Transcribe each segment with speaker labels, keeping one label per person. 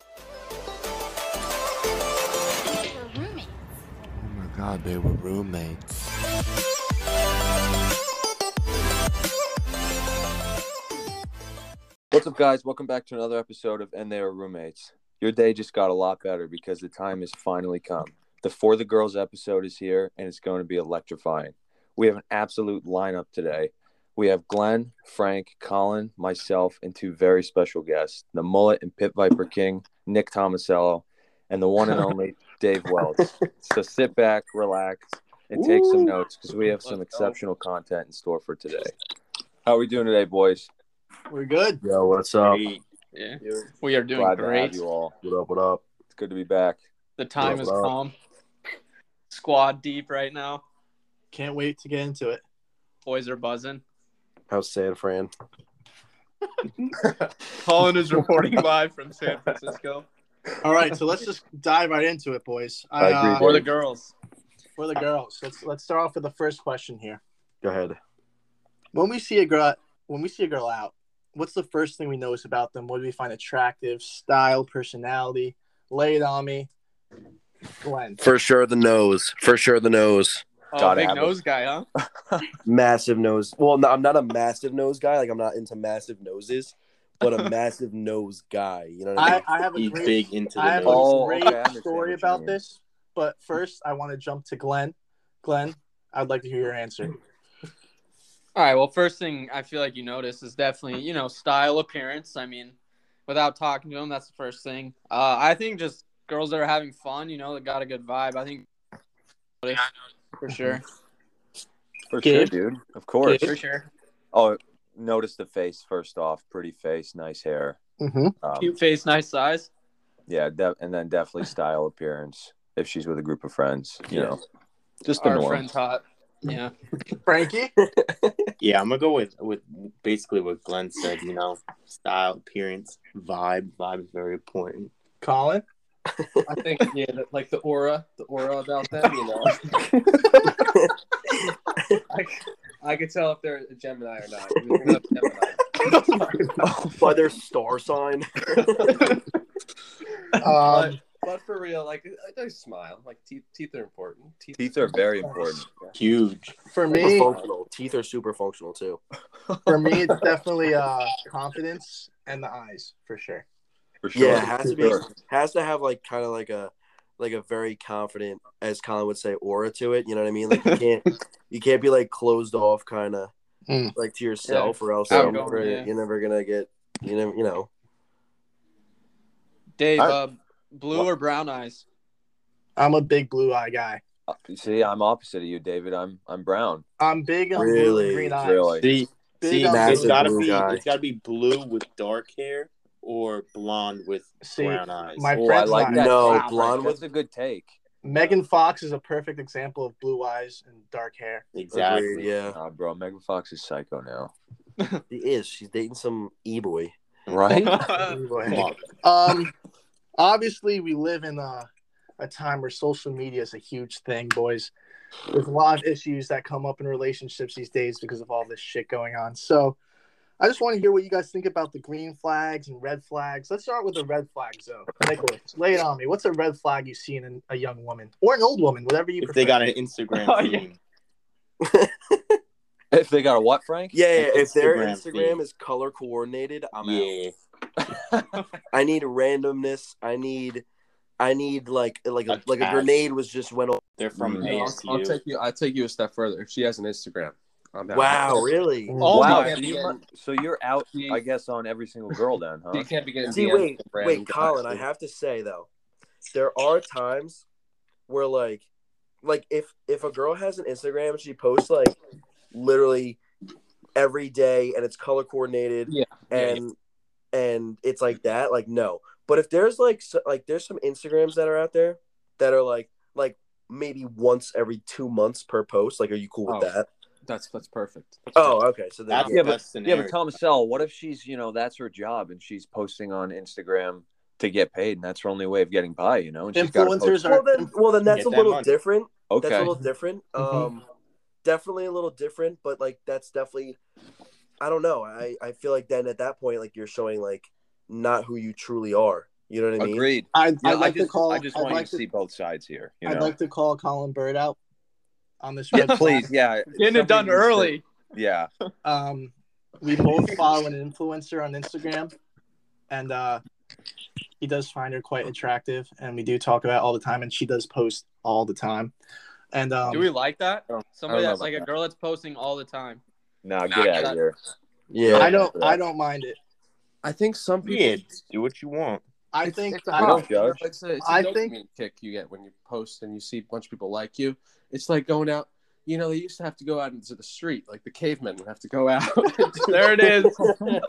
Speaker 1: Oh God, they were roommates.
Speaker 2: What's up, guys? Welcome back to another episode of And They Are Roommates. Your day just got a lot better because the time has finally come. The For the Girls episode is here, and it's going to be electrifying. We have an absolute lineup today. We have Glenn, Frank, Colin, myself, and two very special guests the Mullet and Pit Viper King, Nick Tomasello, and the one and only Dave Welch. So sit back, relax, and take some notes because we have some
Speaker 3: Let's go.
Speaker 2: exceptional content in store for today. How are we doing today, boys?
Speaker 4: We're good.
Speaker 1: Yo, what's up?
Speaker 3: Yeah,
Speaker 2: You're
Speaker 3: we are doing
Speaker 2: Glad to have
Speaker 3: great.
Speaker 2: you all.
Speaker 1: What up? What up?
Speaker 2: It's good to be back.
Speaker 3: The time
Speaker 1: Yeah,
Speaker 3: is
Speaker 1: well.
Speaker 3: calm. Squad deep right now.
Speaker 4: Can't wait to get into it.
Speaker 3: Boys are buzzing.
Speaker 1: How's San Fran?
Speaker 3: Colin is reporting live from San Francisco.
Speaker 4: All right, so let's just dive right into it, boys.
Speaker 2: I agree,
Speaker 4: Uh,
Speaker 3: For the girls.
Speaker 4: for the girls, let's let's start off with the first question here.
Speaker 1: Go ahead.
Speaker 4: When we see a girl, when we see a girl out, what's the first thing we notice about them? What do we find attractive? Style, personality. Lay it on me, Glenn.
Speaker 5: For sure, the nose. For sure, the nose.
Speaker 3: Oh,
Speaker 2: Gotta
Speaker 3: big
Speaker 2: have it.
Speaker 3: nose guy, huh?
Speaker 5: Massive nose. Well, no, I'm not a massive nose guy. Like I'm not into massive noses, but a massive nose guy. You know what I
Speaker 4: I,
Speaker 5: mean?
Speaker 4: I have a
Speaker 6: He's
Speaker 4: great,
Speaker 6: big into
Speaker 4: I
Speaker 6: the
Speaker 4: have
Speaker 6: nose.
Speaker 4: a
Speaker 2: Oh,
Speaker 4: great
Speaker 2: okay, I understand what
Speaker 4: story
Speaker 2: you
Speaker 4: about
Speaker 2: mean.
Speaker 4: this, but first I want to jump to Glenn. Glenn, I'd like to hear your answer.
Speaker 3: All right. Well, first thing I feel like you notice is definitely, you know, style, appearance. I mean, without talking to them, that's the first thing. Uh, I think just girls that are having fun, you know, that got a good vibe. I think for sure.
Speaker 2: For
Speaker 4: Gabe?
Speaker 2: sure, dude. Of course.
Speaker 3: For sure.
Speaker 2: Oh, notice the face first off. Pretty face, nice hair.
Speaker 4: Mm-hmm.
Speaker 2: Um,
Speaker 3: Cute face, nice size.
Speaker 2: yeah, de- and then definitely style, appearance. If she's with a group of friends, you know, just the
Speaker 3: Our
Speaker 2: norm.
Speaker 3: friend's hot. Yeah.
Speaker 4: Frankie,
Speaker 6: Yeah, I'm gonna go with with basically what Glenn said. You know, style, appearance, vibe. Vibe is very important.
Speaker 4: Colin.
Speaker 3: I think, yeah, that, like the aura, the aura about them, you know. I could tell if they're a Gemini or not.
Speaker 5: By their star sign.
Speaker 4: Um,
Speaker 7: But for real, like I, I smile. Like teeth, teeth are important.
Speaker 2: Teeth are very important.
Speaker 6: Huge.
Speaker 4: for
Speaker 5: Super
Speaker 4: me,
Speaker 5: functional. Teeth are super functional too.
Speaker 4: for me, it's definitely uh, confidence and the eyes for sure.
Speaker 2: For sure.
Speaker 5: Yeah, has to be.
Speaker 2: Sure.
Speaker 5: Has to have like kind of like a like a very confident, as Colin would say, aura to it. You know what I mean? Like you can't you can't be like closed off, kind of
Speaker 4: Mm.
Speaker 5: like to yourself, or else
Speaker 3: Outgoing,
Speaker 5: you're never,
Speaker 3: yeah.
Speaker 5: you're never gonna get you know you know.
Speaker 3: Dave,
Speaker 2: I-
Speaker 3: uh, blue or brown eyes?
Speaker 4: I'm a big blue eye guy.
Speaker 2: Uh, See, I'm opposite of you, David. I'm I'm brown.
Speaker 4: I'm big on blue and
Speaker 5: Really?
Speaker 4: green eyes.
Speaker 2: Really?
Speaker 6: See,
Speaker 4: Big
Speaker 6: see,
Speaker 4: on
Speaker 6: it's
Speaker 5: Massive
Speaker 6: gotta
Speaker 5: blue
Speaker 6: be
Speaker 5: guy.
Speaker 6: it's gotta be blue with dark hair or blonde with
Speaker 4: See,
Speaker 6: brown eyes.
Speaker 4: My
Speaker 2: Oh, I
Speaker 4: friend's
Speaker 2: like
Speaker 4: eyes.
Speaker 2: that.
Speaker 5: No,
Speaker 2: Wow,
Speaker 5: blonde
Speaker 2: That's
Speaker 5: with-
Speaker 2: a good take.
Speaker 4: Megan Fox is a perfect example of blue eyes and dark hair.
Speaker 6: exactly.
Speaker 5: Agreed, yeah.
Speaker 2: Nah, Uh, bro, Megan Fox is psycho now.
Speaker 5: He is. She's dating some e boy.
Speaker 2: Right?
Speaker 6: Come on.
Speaker 4: um, obviously, we live in a, a time where social media is a huge thing, boys. There's a lot of issues that come up in relationships these days because of all this shit going on. So, I just want to hear what you guys think about the green flags and red flags. Let's start with the red flags, though. Nicholas, lay it on me. What's a red flag you see in an- a young woman or an old woman, whatever you
Speaker 6: If
Speaker 4: prefer?
Speaker 6: they got an Instagram
Speaker 3: Oh, yeah.
Speaker 6: theme,
Speaker 2: if they got a what, Frank?
Speaker 5: Yeah, yeah, if their
Speaker 6: Instagram
Speaker 5: Instagram
Speaker 6: feed.
Speaker 5: is color coordinated, I'm out.
Speaker 6: yeah,
Speaker 5: I need randomness. I need, I need like like a,
Speaker 6: A
Speaker 5: like a
Speaker 6: cat.
Speaker 5: grenade was just went off.
Speaker 6: they're from
Speaker 2: Mm.
Speaker 7: No, I'll, I'll
Speaker 6: ASU.
Speaker 7: take you. I'll take you a step further. She has an Instagram. I'm out.
Speaker 5: Wow, really?
Speaker 3: Oh
Speaker 2: wow.
Speaker 3: my
Speaker 2: so,
Speaker 3: God.
Speaker 2: you, mu- so you're out, I guess, on every single girl then, huh?
Speaker 7: She can't be getting.
Speaker 5: See,
Speaker 7: DMs
Speaker 5: wait,
Speaker 7: from random
Speaker 5: wait,
Speaker 7: guys,
Speaker 5: Colin. I
Speaker 7: dude.
Speaker 5: have to say though, there are times where like, like if if a girl has an Instagram and she posts like literally every day and it's color coordinated,
Speaker 7: Yeah, yeah, yeah.
Speaker 5: and and it's like that like no but if there's like so, like there's some instagrams that are out there that are like like maybe once every two months per post like are you cool with
Speaker 7: Oh.
Speaker 5: that
Speaker 7: That's that's perfect.
Speaker 5: oh okay so then
Speaker 6: That's
Speaker 2: Yeah,
Speaker 6: the
Speaker 2: but-
Speaker 6: best
Speaker 2: Yeah,
Speaker 6: scenario.
Speaker 2: but Thomasell, what if she's, you know, that's her job and she's posting on Instagram to get paid and that's her only way of getting by, you know? And she's gotta
Speaker 4: Influencers
Speaker 2: post-
Speaker 5: well
Speaker 4: are
Speaker 5: then well then that's
Speaker 6: Get
Speaker 5: a
Speaker 6: that
Speaker 5: little
Speaker 6: money.
Speaker 5: different
Speaker 2: Okay.
Speaker 5: that's a little different
Speaker 4: Mhm.
Speaker 5: um definitely a little different but like that's definitely i don't know i i feel like then at that point like you're showing like not who you truly are You know what I mean?
Speaker 2: Agreed.
Speaker 4: I'd,
Speaker 2: You know,
Speaker 4: I'd like
Speaker 2: I just,
Speaker 4: to call.
Speaker 2: I just
Speaker 4: I'd
Speaker 2: want
Speaker 4: like
Speaker 2: you to see both sides here. You
Speaker 4: I'd
Speaker 2: know?
Speaker 4: like to call Colin Bird out on this. red
Speaker 2: yeah,
Speaker 4: flag.
Speaker 2: please. Yeah.
Speaker 3: Getting it done
Speaker 2: Something needs to-
Speaker 3: early.
Speaker 2: Yeah.
Speaker 4: Um, we both follow an influencer on Instagram, and uh, he does find her quite attractive, and we do talk about it all the time, and she does post all the time. And um,
Speaker 3: Do we like that?
Speaker 2: I don't-
Speaker 3: Somebody
Speaker 2: I don't
Speaker 3: that's
Speaker 2: know
Speaker 3: like a
Speaker 2: about
Speaker 3: girl that's posting all the time.
Speaker 2: Nah, get out of here.
Speaker 5: Yeah.
Speaker 4: I don't. I don't mind it.
Speaker 7: I think some people.
Speaker 6: Yeah, do what you want.
Speaker 4: I
Speaker 7: It's-
Speaker 4: think.
Speaker 7: it's a
Speaker 4: I
Speaker 2: don't
Speaker 7: high.
Speaker 2: judge.
Speaker 7: It's a, it's a
Speaker 4: I
Speaker 7: dopamine
Speaker 4: think-
Speaker 7: kick you get when you post and you see a bunch of people like you. It's like going out. You know, they used to have to go out into the street, like the cavemen would have to go out.
Speaker 3: There it is.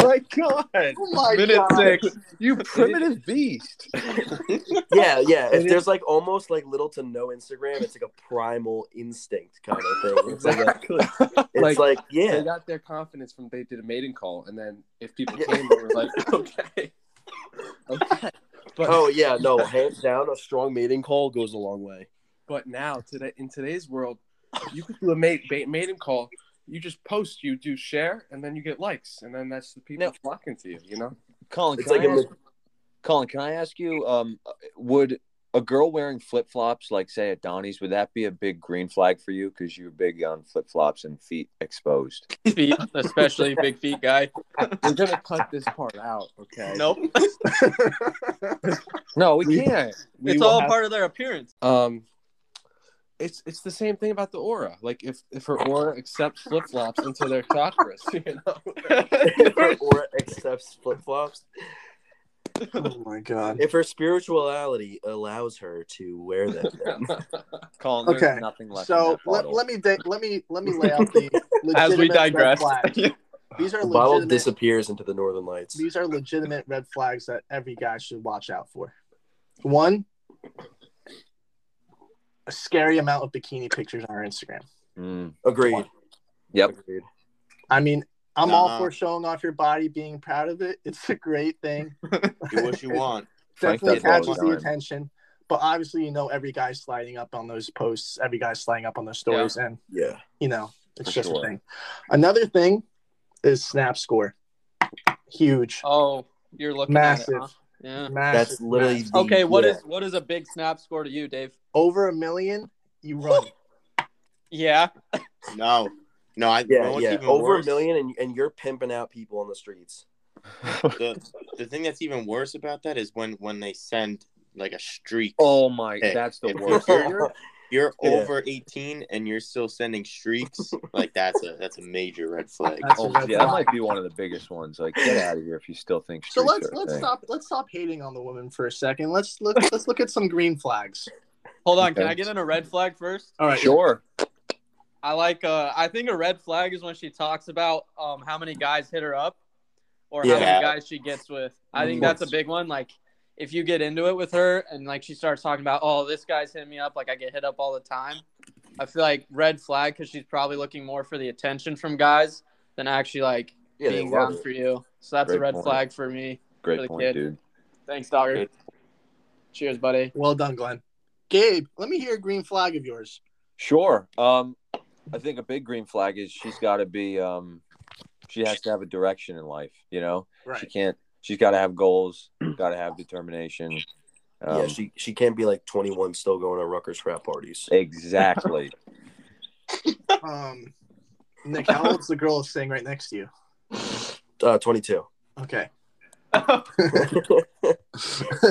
Speaker 2: my God.
Speaker 4: oh my
Speaker 3: Minute
Speaker 4: God.
Speaker 3: six.
Speaker 2: You primitive beast.
Speaker 5: yeah, yeah. If
Speaker 2: It
Speaker 5: there's like almost like little to no Instagram, it's like a primal instinct kind of thing. It's like, a, it's like,
Speaker 7: Like- They
Speaker 5: yeah,
Speaker 7: got their confidence from they did a mating call, and then if people
Speaker 5: Yeah.
Speaker 7: came, they were like, okay, okay. But
Speaker 5: oh yeah, no, hands down, a strong mating call goes a long way.
Speaker 7: but now today in today's world, you could do a mate, bait, mating call. You just post, you do share, and then you get likes, and then that's the people
Speaker 2: No.
Speaker 7: flocking to you. You know,
Speaker 2: Colin,
Speaker 5: It's
Speaker 2: can,
Speaker 5: like
Speaker 2: I
Speaker 5: a
Speaker 2: ask, Colin, can I ask you, um, would a girl wearing flip flops, like say at Donnie's, would that be a big green flag for you? Because you're big on flip flops and feet exposed.
Speaker 3: Feet, especially big feet guy.
Speaker 7: we're gonna cut this part out, okay?
Speaker 3: Nope.
Speaker 2: No, we can't. We
Speaker 3: it's
Speaker 2: will
Speaker 3: all
Speaker 2: have-
Speaker 3: part of their appearance.
Speaker 7: Um, it's it's the same thing about the aura. Like if if her aura accepts flip flops into their chakras, you know.
Speaker 5: If her aura accepts flip flops,
Speaker 4: Oh my god.
Speaker 5: if her spirituality allows her to wear them, then.
Speaker 2: Colin, there's
Speaker 4: Okay,
Speaker 2: nothing left. in
Speaker 4: So
Speaker 2: that
Speaker 4: let,
Speaker 2: bottle.
Speaker 4: let me da- let me let me lay out the
Speaker 3: As we
Speaker 4: legitimate red
Speaker 3: digress.
Speaker 4: flags. These are
Speaker 5: the bottle
Speaker 4: legitimate.
Speaker 5: disappears into the northern lights.
Speaker 4: these are legitimate red flags that every guy should watch out for. One, a scary amount of bikini pictures on our Instagram.
Speaker 2: Mm.
Speaker 5: Agreed.
Speaker 2: Yep.
Speaker 5: Agreed.
Speaker 4: I mean, I'm all
Speaker 6: Nah.
Speaker 4: for showing off your body, being proud of it. It's a great thing.
Speaker 6: Do what you want.
Speaker 2: Frank
Speaker 4: Definitely
Speaker 2: does that all
Speaker 4: catches
Speaker 2: the
Speaker 4: the
Speaker 2: time.
Speaker 4: attention. But obviously, you know, every guy's sliding up on those posts, every guy's sliding up on those stories, and
Speaker 5: Yeah.
Speaker 4: you know, it's
Speaker 2: For
Speaker 4: just
Speaker 2: sure.
Speaker 4: a thing. Another thing is snap score. Huge.
Speaker 3: Oh, you're looking
Speaker 4: massive.
Speaker 3: At it, huh? Yeah.
Speaker 4: Massive.
Speaker 5: That's literally
Speaker 4: massive.
Speaker 5: the,
Speaker 3: Okay, What
Speaker 5: yeah.
Speaker 3: is what is a big snap score to you, Dave?
Speaker 4: over a million, you run.
Speaker 3: Yeah.
Speaker 6: No, no, I you know
Speaker 5: yeah,
Speaker 6: what's
Speaker 5: yeah.
Speaker 6: even
Speaker 5: Over
Speaker 6: worse?
Speaker 5: a million, and, and you're pimping out people on the streets.
Speaker 6: The, the thing that's even worse about that is when when they send like a streak.
Speaker 2: Oh my,
Speaker 6: Hey,
Speaker 2: that's the
Speaker 6: if
Speaker 2: worst.
Speaker 6: you're- You're
Speaker 5: Yeah.
Speaker 6: over 18 and you're still sending streaks. like that's a that's a major red flag.
Speaker 4: That's
Speaker 2: Oh,
Speaker 4: a red
Speaker 2: yeah, that
Speaker 4: flag.
Speaker 2: might be one of the biggest ones. Like, get out of here if you still think.
Speaker 4: So
Speaker 2: streaks are
Speaker 4: let's
Speaker 2: a
Speaker 4: let's
Speaker 2: thing.
Speaker 4: stop let's stop hating on the woman for a second. Let's look let's look at some green flags.
Speaker 3: Hold on. Can
Speaker 2: Okay.
Speaker 3: I get in a red flag first?
Speaker 4: All right.
Speaker 2: Sure.
Speaker 3: I like. Uh, I think a red flag is when she talks about um how many guys hit her up, or how
Speaker 6: Yeah.
Speaker 3: many guys she gets with. I think
Speaker 5: Mhm.
Speaker 3: that's a big one. Like, if you get into it with her and like she starts talking about, oh, this guy's hitting me up, like I get hit up all the time. I feel like red flag because she's probably looking more for the attention from guys than actually like
Speaker 5: Yeah, they
Speaker 3: being
Speaker 5: love
Speaker 3: down
Speaker 5: it.
Speaker 3: for you. So that's a
Speaker 2: Great
Speaker 3: red
Speaker 2: point.
Speaker 3: flag for me.
Speaker 2: Great
Speaker 3: For the
Speaker 2: point,
Speaker 3: kid.
Speaker 2: dude.
Speaker 3: Thanks, Dogger.
Speaker 6: Good.
Speaker 3: Cheers, buddy.
Speaker 4: Well done, Glenn. Gabe, let me hear a green flag of yours.
Speaker 2: Sure. Um, I think a big green flag is she's got to be. Um, she has to have a direction in life. You know, she
Speaker 4: Right.
Speaker 2: can't. She's got to have goals. Got to have determination. Um,
Speaker 5: yeah, she she can't be like 21 still going to Rucker's frat parties.
Speaker 2: exactly.
Speaker 4: Um Nick, how old's the girl sitting right next to you?
Speaker 5: Uh, 22.
Speaker 4: Okay.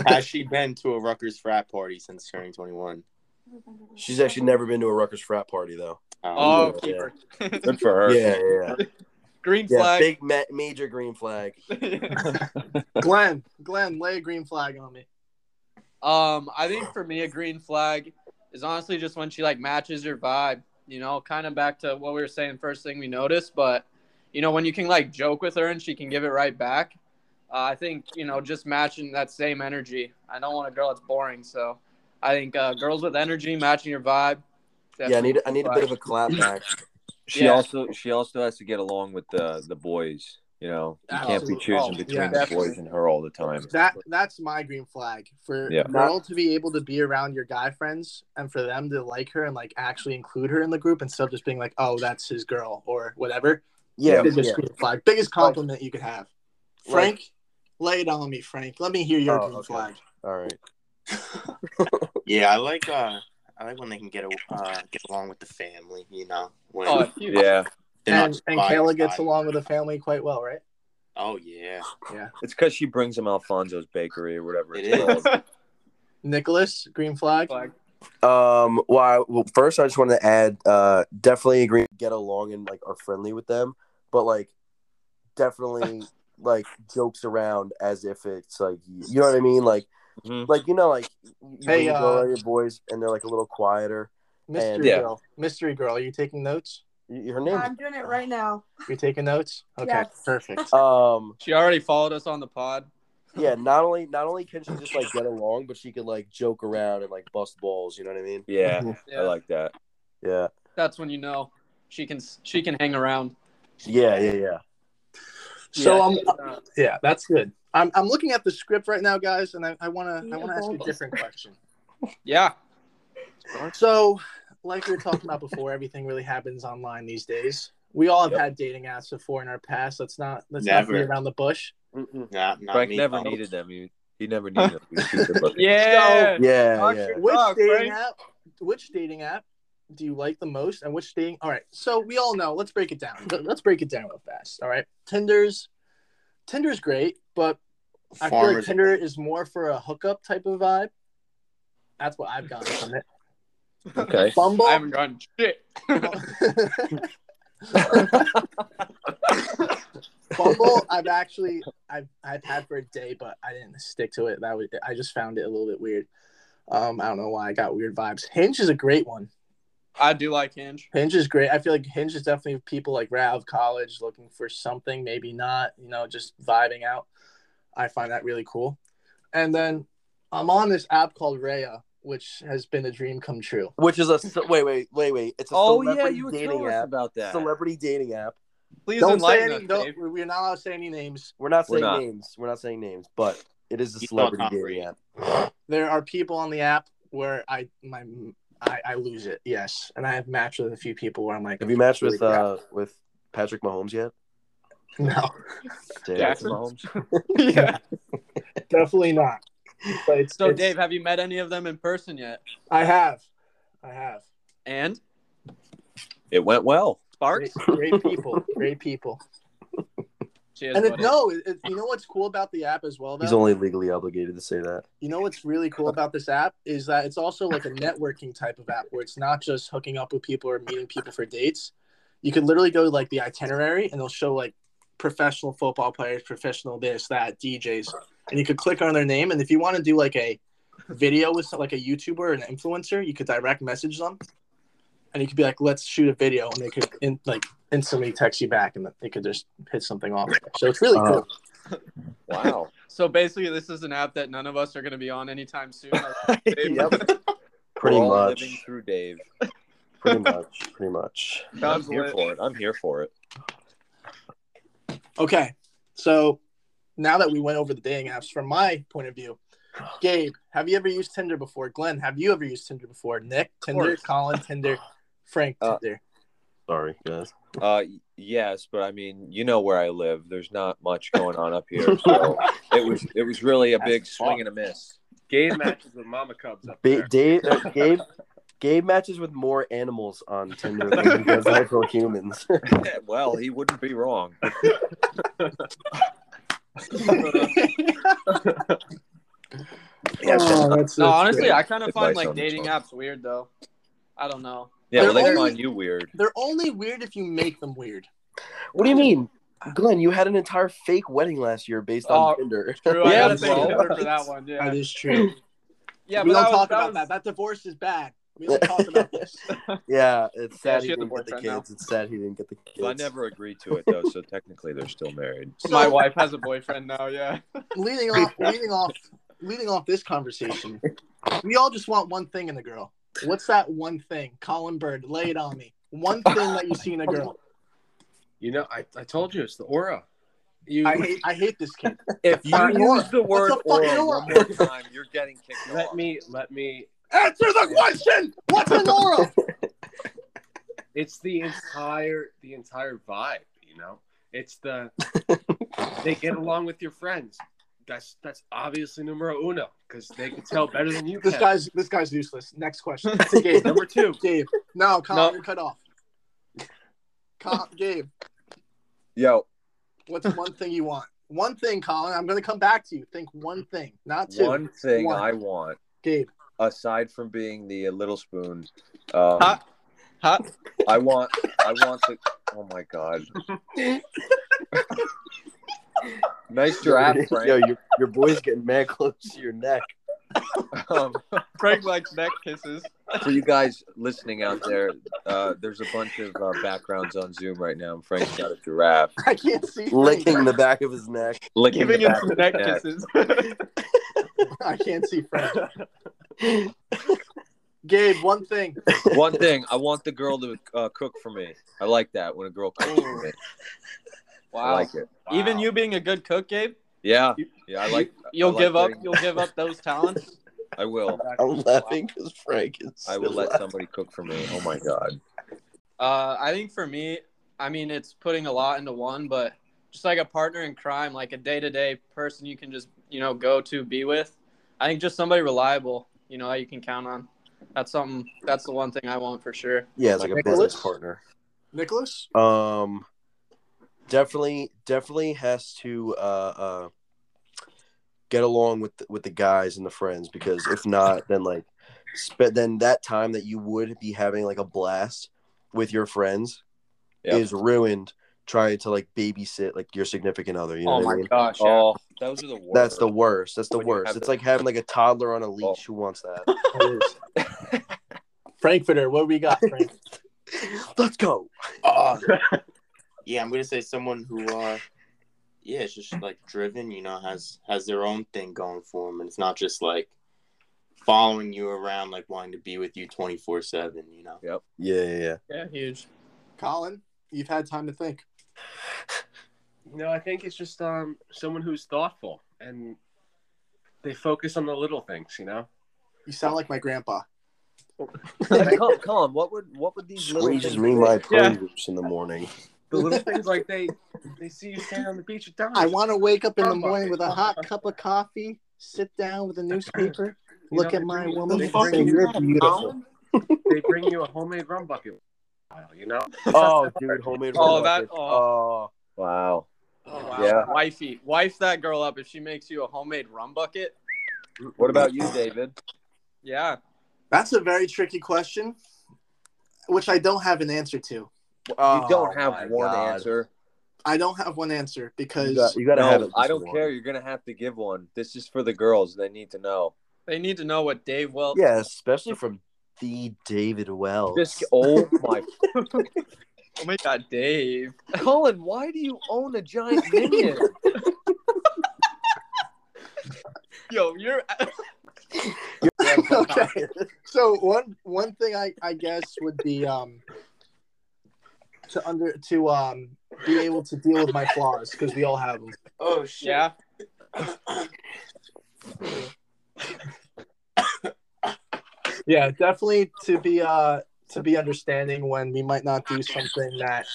Speaker 6: Has she been to a Rutgers frat party since turning 21?
Speaker 5: She's actually never been to a Rucker's frat party though.
Speaker 6: Um,
Speaker 3: Oh,
Speaker 5: yeah.
Speaker 3: keeper.
Speaker 2: Good for her.
Speaker 5: Yeah, yeah, yeah.
Speaker 3: Green
Speaker 5: yeah
Speaker 3: flag.
Speaker 5: Big ma- major green flag.
Speaker 4: Glenn, Glenn, lay a green flag on me.
Speaker 3: Um, I think for me, a green flag is honestly just when she like matches your vibe. You know, kind of back to what we were saying first thing we noticed, but you know when you can like joke with her and she can give it right back. Uh, I think you know just matching that same energy. I don't want a girl that's boring, so I think uh, girls with energy matching your vibe.
Speaker 5: Yeah, I need I need a bit of a clap back.
Speaker 2: She
Speaker 3: Yeah.
Speaker 2: also she also has to get along with the the boys. You know, you can't be
Speaker 4: Absolutely.
Speaker 2: choosing
Speaker 4: Oh,
Speaker 2: between
Speaker 4: yeah,
Speaker 2: the
Speaker 3: definitely.
Speaker 2: boys and her all the time.
Speaker 4: That that's my green flag for
Speaker 2: Yeah.
Speaker 4: a girl to be able to be around your guy friends and for them to like her and like actually include her in the group instead of just being like, oh, that's his girl or whatever.
Speaker 5: Yeah,
Speaker 4: biggest
Speaker 5: yeah.
Speaker 4: green flag, biggest compliment you could have. Frank, Lay it on me, Frank. Let me hear your
Speaker 1: Oh,
Speaker 4: green
Speaker 1: okay.
Speaker 4: flag.
Speaker 1: All right.
Speaker 6: Yeah, I like uh, I like when they can get a, uh, get along with the family. You know, when
Speaker 3: Oh, if you,
Speaker 2: Yeah,
Speaker 6: they're not
Speaker 4: and and
Speaker 6: divided
Speaker 4: Kayla gets
Speaker 6: by-
Speaker 4: along with the family quite well, right?
Speaker 6: Oh yeah,
Speaker 2: it's because she brings him Alfonso's Bakery or whatever
Speaker 6: It
Speaker 2: it's
Speaker 6: is.
Speaker 2: called.
Speaker 4: Nicholas, green flag.
Speaker 3: Flag.
Speaker 5: Um. Well, I, well, first I just wanted to add. Uh, definitely agree. Get along and like are friendly with them, but like, definitely like jokes around as if it's like you you know what I mean. Like,
Speaker 2: Mhm.
Speaker 5: like you know, like you
Speaker 4: Hey,
Speaker 5: hey,
Speaker 4: uh,
Speaker 5: your boys and they're like a little quieter.
Speaker 4: Mystery
Speaker 2: Yeah.
Speaker 4: girl. Mystery girl. Are you taking notes?
Speaker 5: Y- Her name.
Speaker 8: I'm doing it right now.
Speaker 4: You taking notes? Okay,
Speaker 8: Yes.
Speaker 4: perfect.
Speaker 5: Um.
Speaker 3: She already followed us on the pod.
Speaker 5: Yeah. Not only not only can she just like get along, but she could like joke around and like bust balls. You know what I mean?
Speaker 2: Yeah,
Speaker 3: Yeah,
Speaker 2: I like that.
Speaker 5: Yeah.
Speaker 3: that's when you know she can she can hang around.
Speaker 5: Yeah. Yeah. Yeah.
Speaker 4: So I'm
Speaker 3: Uh,
Speaker 4: yeah, that's good. I'm, I'm looking at the script right now, guys, and I, I wanna I
Speaker 8: Yeah,
Speaker 4: wanna ask you a
Speaker 8: both.
Speaker 4: different question.
Speaker 3: yeah,
Speaker 4: So, like we were talking about before, everything really happens online these days. We all have
Speaker 2: Yep.
Speaker 4: had dating apps before in our past. Let's not let's not
Speaker 6: Never.
Speaker 4: beat around the bush.
Speaker 6: not, not
Speaker 2: Hmm. Frank
Speaker 6: me,
Speaker 2: never
Speaker 6: though.
Speaker 2: needed them. He, he never needed them. He was super lucky.
Speaker 3: yeah.
Speaker 5: Yeah.
Speaker 3: Fuck
Speaker 5: yeah.
Speaker 3: your
Speaker 4: Which
Speaker 3: dog,
Speaker 4: dating
Speaker 3: Frank.
Speaker 4: app? Which dating app do you like the most? And which dating? All right. So we all know. Let's break it down. Let- Let's break it down real fast. All right. Tinder's Tinder's great, but I feel like
Speaker 6: Farmers.
Speaker 4: Tinder is more for a hookup type of vibe. That's what I've gotten from it.
Speaker 2: Okay.
Speaker 4: Bumble.
Speaker 3: I haven't gotten shit.
Speaker 4: Bumble, I've actually I've I've had for a day, but I didn't stick to it. That was I just found it a little bit weird. Um, I don't know why I got weird vibes. Hinge is a great one.
Speaker 3: I do like Hinge.
Speaker 4: Hinge is great. I feel like Hinge is definitely people like right out of college looking for something, maybe not, you know, just vibing out. I find that really cool. And then I'm on this app called Raya, which has been a dream come true.
Speaker 5: Which is a ce- wait, wait, wait, wait. It's a
Speaker 2: Oh yeah,
Speaker 5: celebrity
Speaker 2: you were telling
Speaker 5: dating
Speaker 2: us
Speaker 5: app.
Speaker 2: about that.
Speaker 5: Celebrity dating app.
Speaker 3: Please
Speaker 4: Don't say
Speaker 3: enlighten us,
Speaker 4: any, don't,
Speaker 3: Dave.
Speaker 4: we're not allowed to say any names.
Speaker 5: We're not
Speaker 2: We're
Speaker 5: saying
Speaker 2: not.
Speaker 5: names. We're not saying names, but it is a
Speaker 6: You saw
Speaker 5: celebrity
Speaker 6: Tom
Speaker 5: dating
Speaker 6: Brady.
Speaker 5: app.
Speaker 4: There are people on the app where I my I, I lose it. Yes, and I have matched with a few people where I'm like,
Speaker 5: Have you matched
Speaker 4: Holy
Speaker 5: with uh with Patrick Mahomes yet?
Speaker 4: no,
Speaker 5: Damn.
Speaker 2: Jackson Mahomes.
Speaker 3: yeah.
Speaker 4: definitely not. But it's,
Speaker 3: So,
Speaker 4: it's-
Speaker 3: Dave, have you met any of them in person yet?
Speaker 4: I have, I have
Speaker 3: And
Speaker 2: It went well.
Speaker 3: Sparks?
Speaker 4: great, great people, great people.
Speaker 3: Cheers,
Speaker 4: And it,
Speaker 3: buddy.
Speaker 4: no, it, it- you know what's cool about the app as well, though.
Speaker 5: He's only legally obligated to say that.
Speaker 4: you know what's really cool about this app is that it's also like a networking type of app where it's not just hooking up with people or meeting people for dates. You could literally go to like the itinerary and they'll show like professional football players, professional this, that, DJs, and you could click on their name. And if you want to do like a video with like a YouTuber or an influencer, you could direct message them, and you could be like, "Let's shoot a video," and they could in, like instantly text you back, and they could just hit something off. So it's
Speaker 5: Uh,
Speaker 4: really cool.
Speaker 2: Wow.
Speaker 3: So basically, this is an app that none of us are going to be on anytime soon.
Speaker 5: Yep.
Speaker 2: We're
Speaker 5: Pretty
Speaker 2: all
Speaker 5: much.
Speaker 2: living through Dave.
Speaker 5: Pretty much. Pretty much.
Speaker 2: I'm
Speaker 3: Sounds
Speaker 2: here
Speaker 3: lit.
Speaker 2: for it. I'm here for it.
Speaker 4: Okay. So now that we went over the dating apps, from my point of view, Gabe, have you ever used Tinder before? Glenn, have you ever used Tinder before? Nick, Tinder,
Speaker 3: course.
Speaker 4: Colin, Tinder, Frank,
Speaker 2: Uh,
Speaker 4: Tinder.
Speaker 1: Sorry, guys.
Speaker 2: Uh, yes, but I mean, you know where I live. There's not much going on up here, so it was it was really a big swing and a miss.
Speaker 7: Gabe matches with Mama Cubs up
Speaker 5: Ba-
Speaker 7: there.
Speaker 5: Dave, uh, Gabe, Gabe matches with more animals on Tinder than he does actual humans.
Speaker 2: well, he wouldn't be wrong.
Speaker 4: Oh, that's-
Speaker 3: No,
Speaker 4: that's
Speaker 3: honestly,
Speaker 4: good.
Speaker 3: I kind of find
Speaker 2: Advice
Speaker 3: like
Speaker 2: on this
Speaker 3: dating
Speaker 2: one.
Speaker 3: apps weird though. I don't know.
Speaker 2: Yeah, well, they
Speaker 4: They're
Speaker 2: find
Speaker 4: only-
Speaker 2: you weird.
Speaker 4: they're only weird if you make them weird.
Speaker 5: what do you mean, Glenn? You had an entire fake wedding last year based on
Speaker 3: Oh,
Speaker 5: Tinder.
Speaker 3: True,
Speaker 2: Yeah,
Speaker 3: I gotta thank
Speaker 2: well-
Speaker 3: Tinder for that one. Yeah,
Speaker 4: That is true.
Speaker 3: yeah,
Speaker 4: we
Speaker 3: but that
Speaker 4: don't
Speaker 3: was-
Speaker 4: talk
Speaker 3: that
Speaker 4: about
Speaker 3: was-
Speaker 4: that. That divorce is bad. We don't talk about this.
Speaker 5: Yeah, it's
Speaker 3: Yeah,
Speaker 5: sad
Speaker 3: she
Speaker 5: he
Speaker 3: had the
Speaker 5: didn't get the
Speaker 3: boyfriend now.
Speaker 5: kids. It's sad he didn't get the kids.
Speaker 2: I never agreed to it though, so technically they're still married.
Speaker 3: My
Speaker 4: So-
Speaker 3: wife has a boyfriend now. Yeah,
Speaker 4: leading off, leading off, leading off this conversation, we all just want one thing in a girl. What's that one thing? Colin Bird, lay it on me. One thing that you see in a girl.
Speaker 7: You know, I, I told you it's the aura. You
Speaker 4: I hate, I hate this kid.
Speaker 2: If you
Speaker 4: fucking
Speaker 2: use
Speaker 4: aura.
Speaker 2: the word
Speaker 4: That's a
Speaker 2: "or"
Speaker 4: fucking aura.
Speaker 2: one more time, you're getting kicked
Speaker 7: let
Speaker 2: off.
Speaker 7: me let me.
Speaker 4: Answer the question. What's an aura?
Speaker 7: It's the entire the entire vibe. You know, it's the they get along with your friends. That's that's obviously numero uno because they can tell better than you
Speaker 4: This
Speaker 7: can.
Speaker 4: guy's this guy's useless. Next question. To Gabe.
Speaker 7: Number two.
Speaker 4: Gabe. No, Colin,
Speaker 7: No.
Speaker 4: you're cut off. Col- Gabe,
Speaker 2: Yo,
Speaker 4: what's one thing you want? One thing, Colin. I'm gonna come back to you. Think one thing, not two.
Speaker 2: one thing
Speaker 4: One.
Speaker 2: I want,
Speaker 4: Gabe.
Speaker 2: aside from being the Little Spoon, um,
Speaker 3: Huh? Huh?
Speaker 2: I want, I want the. Oh my god! nice draft, Frank.
Speaker 5: Yo, your, your boy's getting mad close to your neck.
Speaker 2: Um,
Speaker 3: Frank likes neck kisses.
Speaker 2: for you guys listening out there, uh, there's a bunch of uh, backgrounds on Zoom right now. and Frank's got a giraffe
Speaker 4: I can't see.
Speaker 5: Licking the back of his neck.
Speaker 2: licking
Speaker 3: Giving
Speaker 2: the
Speaker 3: him
Speaker 2: back of his
Speaker 3: neck
Speaker 2: neck.
Speaker 3: kisses.
Speaker 4: I can't see Frank. Gabe, one thing.
Speaker 2: One thing, I want the girl to uh, cook for me. I like that when a girl cooks for me. I
Speaker 3: Wow.
Speaker 2: like it.
Speaker 3: Even you being a good cook, Gabe,
Speaker 2: Yeah, yeah, I like.
Speaker 3: you'll
Speaker 2: I like
Speaker 3: give up.
Speaker 2: getting-
Speaker 3: You'll give up those talents.
Speaker 2: I will.
Speaker 5: I'm laughing because Frank is.
Speaker 2: I will
Speaker 5: still
Speaker 2: let
Speaker 5: laughing.
Speaker 2: somebody cook for me. Oh my god.
Speaker 3: Uh, I think for me, I mean, it's putting a lot into one, but just like a partner in crime, like a day to day person you can just you know go to be with. I think just somebody reliable, you know, that you can count on. That's something. That's the one thing I want for sure.
Speaker 5: Yeah, it's like a
Speaker 4: Nicholas?
Speaker 5: business partner.
Speaker 4: Nicholas?
Speaker 5: Um, definitely, definitely has to uh, uh get along with the, with the guys and the friends because if not, then like, spe- then that time that you would be having like a blast with your friends
Speaker 2: Yeah.
Speaker 5: is ruined trying to like babysit like your significant other. You know
Speaker 3: oh
Speaker 5: what
Speaker 3: my
Speaker 5: I mean?
Speaker 3: gosh. yeah.
Speaker 2: Oh, those are the worst.
Speaker 5: That's the worst. That's the
Speaker 2: When you
Speaker 5: worst.
Speaker 2: have
Speaker 5: It's
Speaker 2: the- Oh.
Speaker 5: like having like a toddler on a leash. Who wants that?
Speaker 4: Frankfurter, what we got, Frank?
Speaker 5: Let's go.
Speaker 7: Oh,
Speaker 6: Uh, Yeah, I'm gonna say someone who, uh, yeah, it's just like driven. You know, has has their own thing going for them, and it's not just like following you around, like wanting to be with you twenty four seven. You know,
Speaker 5: Yeah, yeah, yeah.
Speaker 3: Yeah, huge.
Speaker 4: Colin, you've had time to think.
Speaker 7: you know, I think it's just um someone who's thoughtful and they focus on the little things. You know,
Speaker 4: You sound like my grandpa.
Speaker 2: Colin, Colin, what would what would these little
Speaker 5: Squeezes
Speaker 2: things
Speaker 5: me my
Speaker 3: Yeah.
Speaker 5: produce in the morning.
Speaker 7: the little things like they they see you standing on the beach at times.
Speaker 4: I want to wake up in the morning with a hot cup of coffee, sit down with a newspaper,
Speaker 7: You know,
Speaker 4: look
Speaker 7: they
Speaker 4: at my
Speaker 7: bring you-
Speaker 4: woman,
Speaker 7: they
Speaker 4: and say,
Speaker 7: bring you-
Speaker 4: You're beautiful.
Speaker 7: they bring you a homemade rum bucket. You know,
Speaker 5: Oh, dude, homemade.
Speaker 3: Oh,
Speaker 5: rum
Speaker 3: that-
Speaker 5: bucket.
Speaker 3: oh.
Speaker 2: Wow.
Speaker 3: Oh, wow.
Speaker 2: Yeah.
Speaker 3: Wifey, wife that girl up if she makes you a homemade rum bucket.
Speaker 2: What about you, David?
Speaker 3: Yeah.
Speaker 4: That's a very tricky question, which I don't have an answer to.
Speaker 5: Oh,
Speaker 2: you don't
Speaker 5: my
Speaker 2: have one
Speaker 5: God.
Speaker 2: answer.
Speaker 4: I don't have one answer
Speaker 5: You,
Speaker 4: because
Speaker 5: got, you gotta
Speaker 2: no,
Speaker 5: have it.
Speaker 2: I don't
Speaker 5: Mr.
Speaker 2: care.
Speaker 5: Warren.
Speaker 2: You're gonna have to give one. This is for the girls. They need to know.
Speaker 3: They need to know what Dave Welch
Speaker 5: Yeah, especially from the David Wells.
Speaker 2: Just oh my,
Speaker 3: Oh my god, Dave.
Speaker 2: Colin, why do you own a giant minion?
Speaker 3: Yo, you're
Speaker 4: okay. So one one thing I, I guess would be um to under to um be able to deal with my flaws because we all have them.
Speaker 6: oh shit,
Speaker 3: yeah.
Speaker 4: Yeah, definitely to be uh to be understanding when we might not do something that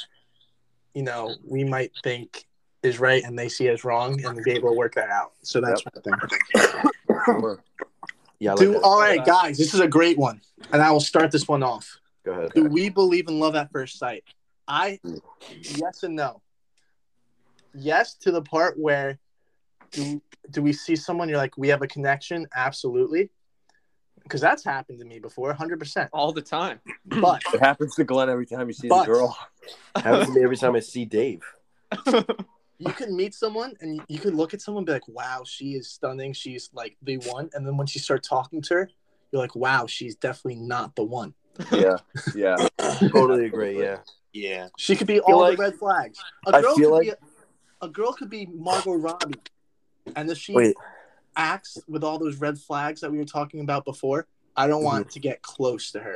Speaker 4: you know we might think is right and they see as wrong and be able to work that out. So that's one thing.
Speaker 5: yeah, I like
Speaker 4: Do
Speaker 5: that.
Speaker 4: all right, guys, this is a great one, and I will start this one off.
Speaker 5: Go ahead.
Speaker 4: Do we believe in love at first sight? I yes and no. Yes to the part where do, do we see someone you're like we have a connection? Absolutely. Cuz that's happened to me before 100%.
Speaker 3: All the time.
Speaker 4: But
Speaker 2: It happens to Glenn every time you see
Speaker 4: But-
Speaker 2: the girl.
Speaker 5: Happens to me every time I see Dave.
Speaker 4: you can meet someone and you- you can look at someone and be like, "Wow, she is stunning. She's like the one." And then once you start talking to her, you're like, "Wow, she's definitely not the one."
Speaker 2: Yeah, yeah.
Speaker 5: Totally agree. Yeah.
Speaker 6: yeah.
Speaker 4: She could be all
Speaker 5: like-
Speaker 4: the red flags. A
Speaker 5: I
Speaker 4: girl
Speaker 5: feel
Speaker 4: could
Speaker 5: like-
Speaker 4: be a, a girl could be Margot Robbie, and if she
Speaker 5: Wait.
Speaker 4: acts with all those red flags that we were talking about before, I don't want
Speaker 5: Mm-hmm.
Speaker 4: to get close to her.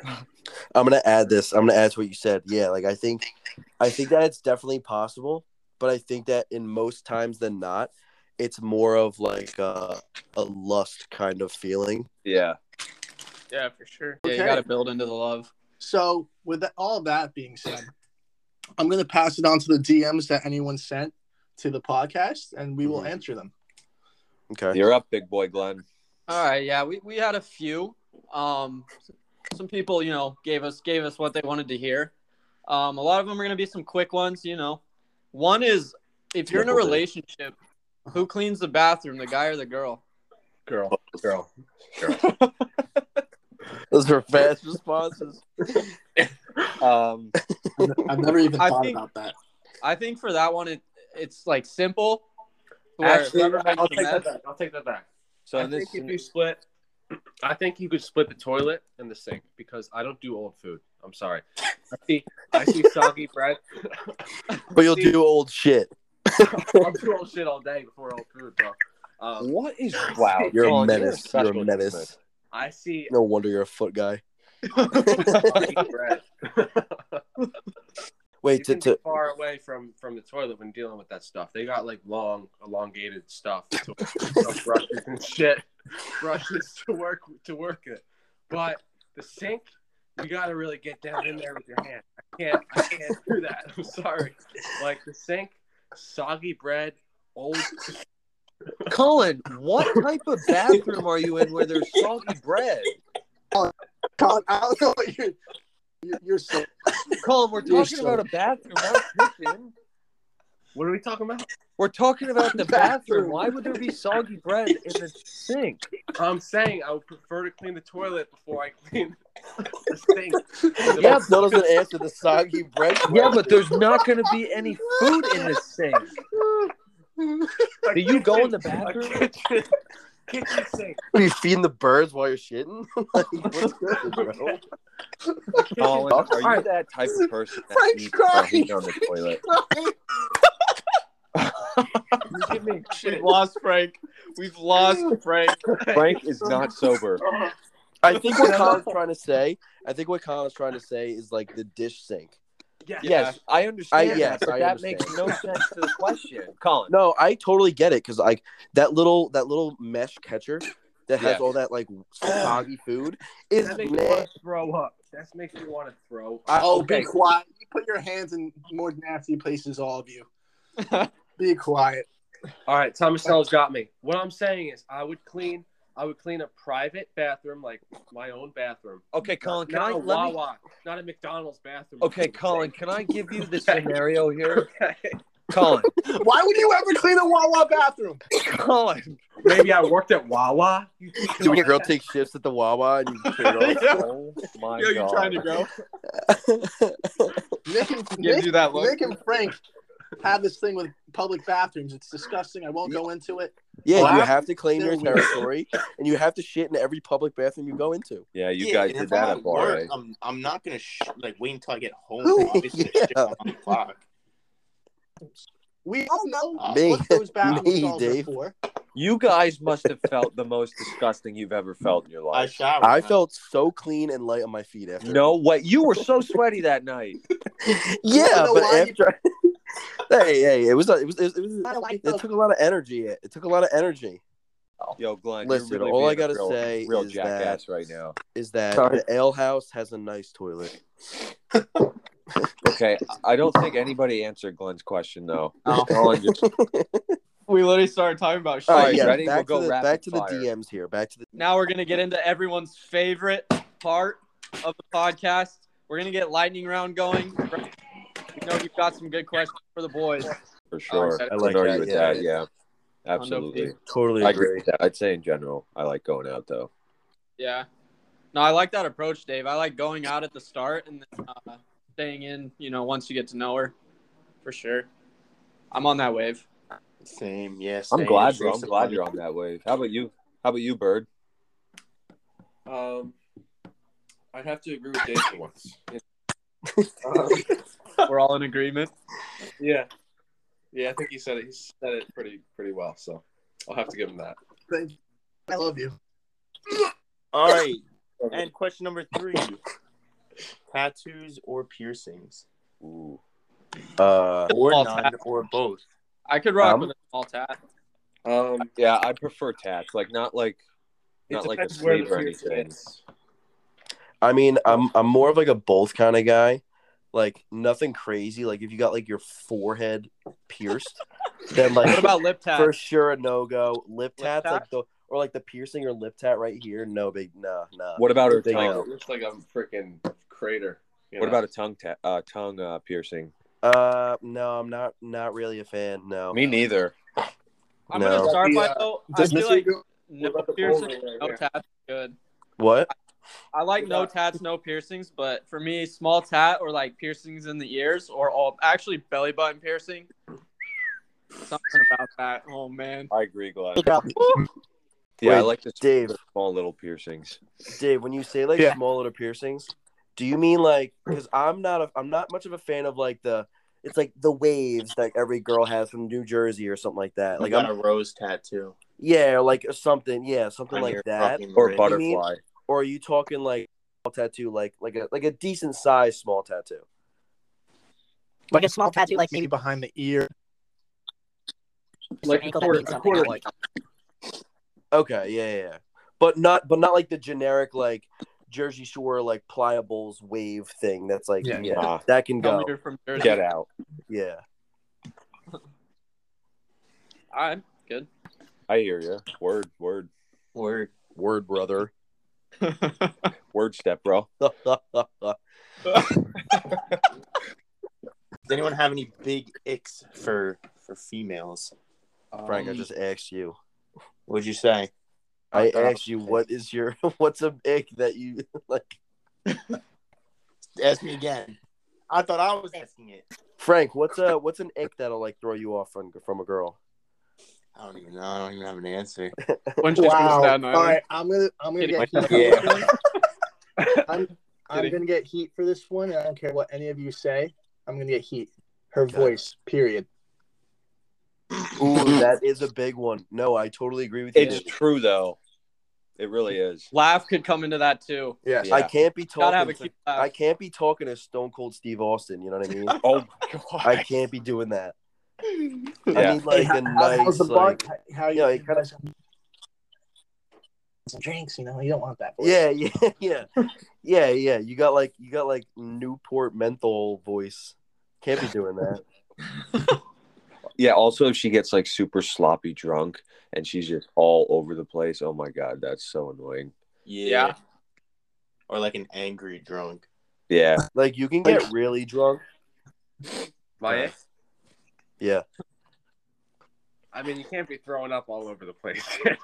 Speaker 5: I'm gonna add this. I'm gonna add to what you said. Yeah, like I think, I think that it's definitely possible, but I think that in most times than not, it's more of like a, a lust kind of feeling.
Speaker 2: Yeah.
Speaker 3: Yeah, for sure. Yeah,
Speaker 4: Okay.
Speaker 3: you gotta build into the love.
Speaker 4: So, with that, all that being said, I'm going to pass it on to the DMs that anyone sent to the podcast, and we will
Speaker 5: Mhm.
Speaker 4: answer them.
Speaker 5: Okay.
Speaker 2: You're up, big boy Glenn.
Speaker 3: All right, yeah, we, we had a few. Um, some people, you know, gave us gave us what they wanted to hear. Um, a lot of them are going to be some quick ones, you know. One is if you're in a
Speaker 5: Triple D.
Speaker 3: relationship, who cleans the bathroom, the guy or the girl?
Speaker 2: Girl, girl.
Speaker 5: Those are fast responses.
Speaker 2: Um,
Speaker 4: I've never even
Speaker 3: I
Speaker 4: thought
Speaker 3: think-
Speaker 4: about that.
Speaker 3: I think for that one, it it's like simple. where
Speaker 7: Actually,
Speaker 3: whoever has
Speaker 7: I'll
Speaker 3: the
Speaker 7: take that
Speaker 3: mess-
Speaker 7: back. I'll take that back.
Speaker 2: so
Speaker 7: I
Speaker 2: in this,
Speaker 7: think if you split, I think you could split the toilet and the sink because I don't do old food. I'm sorry. I see, I see soggy bread.
Speaker 5: But you'll do old shit.
Speaker 7: I'll do old shit all day before old food, bro. Um,
Speaker 2: what is wow?
Speaker 5: You're
Speaker 2: Colin,
Speaker 5: a menace. You're a,
Speaker 2: special
Speaker 5: menace.
Speaker 7: I see
Speaker 5: No wonder you're a foot guy.
Speaker 7: soggy bread. you
Speaker 5: Wait, to,
Speaker 7: can
Speaker 5: to
Speaker 7: be far away from from the toilet when dealing with that stuff. They got like long, elongated stuff, to, stuff brushes and shit, brushes to work to work it. But the sink, you got to really get down in there with your hand. I can't, I can't do that. I'm sorry. Like the sink, soggy bread, old.
Speaker 2: Colin, what type of bathroom are you in where there's soggy bread?
Speaker 4: Colin, I don't know what you're. You're, you're so.
Speaker 2: Colin, we're
Speaker 4: You're
Speaker 2: talking
Speaker 4: so-
Speaker 2: about a bathroom, not a kitchen.
Speaker 7: What are we talking about?
Speaker 2: We're talking about the bathroom.
Speaker 4: Bathroom.
Speaker 2: Why would there be soggy bread in the sink?
Speaker 7: I'm saying I would prefer to clean the toilet before I clean the sink.
Speaker 5: yeah, still doesn't answer the soggy bread.
Speaker 2: Yeah, but there's not going to be any food in the sink. Do you go in the
Speaker 7: A
Speaker 2: bathroom?
Speaker 7: kitchen, kitchen sink.
Speaker 5: What Are you feeding the birds while you're shitting? like, what's good, bro?
Speaker 2: Colin, are you
Speaker 5: Alright.
Speaker 2: that type of person that
Speaker 4: Frank's
Speaker 2: needs
Speaker 4: crying.
Speaker 2: to go on the toilet?
Speaker 7: You give me shit.
Speaker 3: We've lost Frank. We've lost Frank.
Speaker 2: Frank is not sober.
Speaker 5: I think what Colin's trying to say. I think what Colin's trying to say is like the dish sink.
Speaker 7: Yes.
Speaker 2: Yes, I understand
Speaker 5: I-
Speaker 2: that,
Speaker 5: yes,
Speaker 2: but
Speaker 5: I
Speaker 2: that
Speaker 5: understand.
Speaker 2: makes no sense to the question, Colin.
Speaker 5: No, I totally get it because like that little that little mesh catcher that has
Speaker 2: Yeah.
Speaker 5: all that like soggy food is
Speaker 7: That makes me
Speaker 5: nasty.
Speaker 7: want to throw up. That makes me want to throw up.
Speaker 5: I-
Speaker 4: Oh,
Speaker 5: okay.
Speaker 4: be quiet. You put your hands in more nasty places, all of you. be quiet.
Speaker 7: All right, Thomasella's got me. What I'm saying is, I would clean. I would clean a private bathroom, like my own bathroom.
Speaker 2: Okay, Colin, can
Speaker 7: not
Speaker 2: I
Speaker 7: a
Speaker 2: let me,
Speaker 7: Wawa, not a McDonald's bathroom.
Speaker 2: Okay, Colin, can I give you the scenario here? Colin,
Speaker 4: Why would you ever clean a Wawa bathroom?
Speaker 2: Colin.
Speaker 7: Maybe I worked at Wawa.
Speaker 5: So when your girl takes shifts at the Wawa and you turn it off.
Speaker 2: Oh my
Speaker 3: Yo, you
Speaker 2: god.
Speaker 3: trying to go?
Speaker 4: Nick,
Speaker 3: Gives
Speaker 4: Nick,
Speaker 3: you that look.
Speaker 4: Nick and Frank have this thing with public bathrooms. It's disgusting. I won't go into it.
Speaker 5: Yeah,
Speaker 4: Well,
Speaker 5: you
Speaker 4: I'm
Speaker 5: have to claim your
Speaker 4: still weird.
Speaker 5: territory and you have to shit in every public bathroom you go into.
Speaker 2: Yeah, you
Speaker 6: Yeah,
Speaker 2: guys
Speaker 6: and
Speaker 2: did
Speaker 6: if
Speaker 2: that
Speaker 6: I'm
Speaker 2: up
Speaker 6: at
Speaker 2: all
Speaker 6: work,
Speaker 2: right.
Speaker 6: I'm, I'm not gonna sh- like wait until I get home.
Speaker 5: Ooh,
Speaker 6: obviously,
Speaker 5: yeah.
Speaker 6: shit on the clock.
Speaker 4: We all know
Speaker 5: Me.
Speaker 4: what those bathrooms
Speaker 5: Me,
Speaker 4: stalls are
Speaker 5: Dave.
Speaker 4: for.
Speaker 2: You guys must have felt the most disgusting you've ever felt in your
Speaker 6: I
Speaker 2: life.
Speaker 6: showered.
Speaker 5: I
Speaker 6: man.
Speaker 5: felt so clean and light on my feet after.
Speaker 2: No way. You were so sweaty that night.
Speaker 5: Yeah,
Speaker 4: know
Speaker 5: but
Speaker 4: why you-
Speaker 5: after. hey, hey, it was it was it, was,
Speaker 4: I don't like
Speaker 5: it took a lot of energy. It took a lot of energy.
Speaker 2: Yo, Glenn,
Speaker 5: Listen,
Speaker 2: you're really
Speaker 5: all I
Speaker 2: being a
Speaker 5: gotta
Speaker 2: real,
Speaker 5: say
Speaker 2: real
Speaker 5: is
Speaker 2: jackass
Speaker 5: that-
Speaker 2: right now.
Speaker 5: Is that
Speaker 2: Sorry.
Speaker 5: the ale house has a nice toilet?
Speaker 2: Okay, I don't think anybody answered Glenn's question though.
Speaker 3: Oh.
Speaker 2: Colin just-
Speaker 3: We literally started talking about shit.
Speaker 2: All right,
Speaker 5: yeah,
Speaker 2: ready? We'll
Speaker 5: back
Speaker 2: go
Speaker 5: to the,
Speaker 2: rapid
Speaker 5: back to the
Speaker 2: fire.
Speaker 5: DMs here. Back to the
Speaker 3: Now we're gonna get into everyone's favorite part of the podcast. We're gonna get lightning round going. We know you've got some good questions for the boys.
Speaker 2: for sure.
Speaker 3: I
Speaker 2: I
Speaker 5: like
Speaker 2: like agree
Speaker 5: that,
Speaker 2: with
Speaker 5: yeah.
Speaker 2: that. Yeah, absolutely.
Speaker 5: totally
Speaker 2: I agree with that. I'd say in general, I like going out though.
Speaker 3: Yeah. No, I like that approach, Dave. I like going out at the start and then uh, staying in. You know, once you get to know her, for sure. I'm on that wave.
Speaker 6: same. Yes,
Speaker 2: I'm glad, bro. I'm glad you're on that wave. How about you? How about you, Bird?
Speaker 7: Um, I'd have to agree with Dave for once.
Speaker 3: We're all in agreement.
Speaker 7: Yeah, yeah. I think he said it. He said it pretty pretty well. So I'll have to give him that.
Speaker 4: Thank you. I love you.
Speaker 6: All right. And question number three: tattoos or piercings,
Speaker 2: Ooh.
Speaker 5: Uh,
Speaker 6: or
Speaker 3: All
Speaker 6: none,
Speaker 3: tat-
Speaker 6: or both?
Speaker 3: I could rock
Speaker 5: Um,
Speaker 3: with a small tat.
Speaker 7: Um,
Speaker 2: Yeah, I prefer tats. Like not like not like a
Speaker 7: depends where the
Speaker 2: sleeve or
Speaker 7: piercing
Speaker 2: anything.
Speaker 7: is.
Speaker 5: I mean, I'm I'm more of like a both kind of guy. Like nothing crazy. Like if you got like your forehead pierced, Then
Speaker 3: What
Speaker 5: like
Speaker 3: about lip tats?
Speaker 5: for sure a no go. Lip tats
Speaker 3: tat?
Speaker 5: like the or like the piercing or lip tat right here. No big nah nah.
Speaker 2: What about her
Speaker 5: Big
Speaker 2: tongue?
Speaker 5: no.
Speaker 7: It looks like a freaking crater.
Speaker 2: Uh,
Speaker 7: you
Speaker 2: What
Speaker 7: know?
Speaker 2: about a tongue ta- uh, tongue uh, piercing?
Speaker 5: Uh no, I'm not not really a fan. No.
Speaker 7: Uh,
Speaker 2: Me neither.
Speaker 3: I'm
Speaker 5: No.
Speaker 3: gonna start by
Speaker 7: Yeah.
Speaker 3: though. I
Speaker 7: Does
Speaker 3: feel
Speaker 7: Mr.
Speaker 3: like
Speaker 7: Eagle-
Speaker 3: no
Speaker 7: about the
Speaker 3: piercing, Oh.
Speaker 7: bowl right
Speaker 3: no
Speaker 7: here?
Speaker 3: tats, good.
Speaker 5: What?
Speaker 3: I like no
Speaker 7: Yeah.
Speaker 3: tats, no piercings, but for me, small tat or like piercings in the ears or all actually belly button piercing. Something about that. Oh man.
Speaker 2: I agree, Glad. Yeah, I
Speaker 5: Wait,
Speaker 2: like the small,
Speaker 5: Dave,
Speaker 2: small little piercings.
Speaker 5: Dave, when you say like
Speaker 4: Yeah.
Speaker 5: small little piercings, do you mean like cuz I'm not a I'm not much of a fan of like the it's like the waves that every girl has from New Jersey or something like that.
Speaker 6: Like
Speaker 5: Like
Speaker 6: got
Speaker 5: I'm
Speaker 6: a rose tattoo.
Speaker 5: yeah, like something, yeah, something
Speaker 6: on
Speaker 5: like
Speaker 6: your
Speaker 5: that.
Speaker 6: fucking
Speaker 2: Or a
Speaker 6: wrist.
Speaker 2: butterfly.
Speaker 5: Or are you talking like small tattoo like like a like a decent sized small tattoo?
Speaker 8: Like a small tattoo, like maybe
Speaker 4: behind the ear.
Speaker 7: Like a
Speaker 8: ankle that
Speaker 7: quarter-
Speaker 8: means
Speaker 7: a
Speaker 8: something.
Speaker 7: quarter-
Speaker 8: not like
Speaker 5: Okay, yeah, yeah, yeah. But not but not like the generic like Jersey Shore like pliables wave thing that's like
Speaker 4: Yeah.
Speaker 5: yeah,
Speaker 2: Ah,
Speaker 5: that can
Speaker 3: Tell me
Speaker 5: go.
Speaker 3: you're from Jersey.
Speaker 2: get out.
Speaker 5: Yeah.
Speaker 3: All right, good.
Speaker 2: I hear you. Word, word,
Speaker 6: Word.
Speaker 5: Word brother.
Speaker 2: word step, bro.
Speaker 6: Does anyone have any big icks for for females?
Speaker 5: Frank, I
Speaker 7: Um,
Speaker 5: just asked you.
Speaker 6: What'd you say?
Speaker 5: I
Speaker 6: thought-
Speaker 5: asked you what is your what's a ick that you like
Speaker 6: Ask me again. I thought I was asking it.
Speaker 5: Frank, what's a what's an ick that'll like throw you off from from a girl?
Speaker 6: I don't even know. I don't even have an answer.
Speaker 3: When she comes
Speaker 4: Wow. All
Speaker 3: down, I-
Speaker 4: right, I'm gonna I'm gonna
Speaker 3: Kidding.
Speaker 4: get heat.
Speaker 6: Yeah.
Speaker 4: I'm, I'm
Speaker 3: Kidding.
Speaker 4: gonna get heat for this one. and I don't care what any of you say. I'm gonna get heat. Her
Speaker 5: Got it.
Speaker 4: voice. Period.
Speaker 5: Ooh, that is a big one. No, I totally agree with you.
Speaker 2: It's true though. It really is.
Speaker 3: Laugh could come into that too.
Speaker 4: Yes.
Speaker 5: I
Speaker 2: Yeah.
Speaker 5: can't be
Speaker 3: Gotta have
Speaker 5: talking
Speaker 3: a
Speaker 5: to,
Speaker 3: cute laugh.
Speaker 5: I can't be talking to Stone Cold Steve Austin, you know what I mean?
Speaker 2: Oh my god.
Speaker 5: I can't be doing that. I
Speaker 2: Yeah.
Speaker 5: need like
Speaker 4: Hey,
Speaker 5: a
Speaker 4: how-
Speaker 5: nice
Speaker 4: how's the
Speaker 5: like,
Speaker 4: bar? How you?
Speaker 5: yeah,
Speaker 4: you
Speaker 5: it kinda-
Speaker 4: guys- some drinks, you know. You don't want that. voice.
Speaker 5: Yeah, yeah, yeah. Yeah, yeah. You got like you got like Newport menthol voice. Can't be doing that.
Speaker 2: Yeah. Also, if she gets like super sloppy drunk and she's just all over the place, oh my god, that's so annoying.
Speaker 6: Yeah. Or like an angry drunk.
Speaker 2: Yeah.
Speaker 5: Like you can get really drunk.
Speaker 7: my ick?
Speaker 5: Yeah.
Speaker 7: I mean, you can't be throwing up all over the place.
Speaker 2: you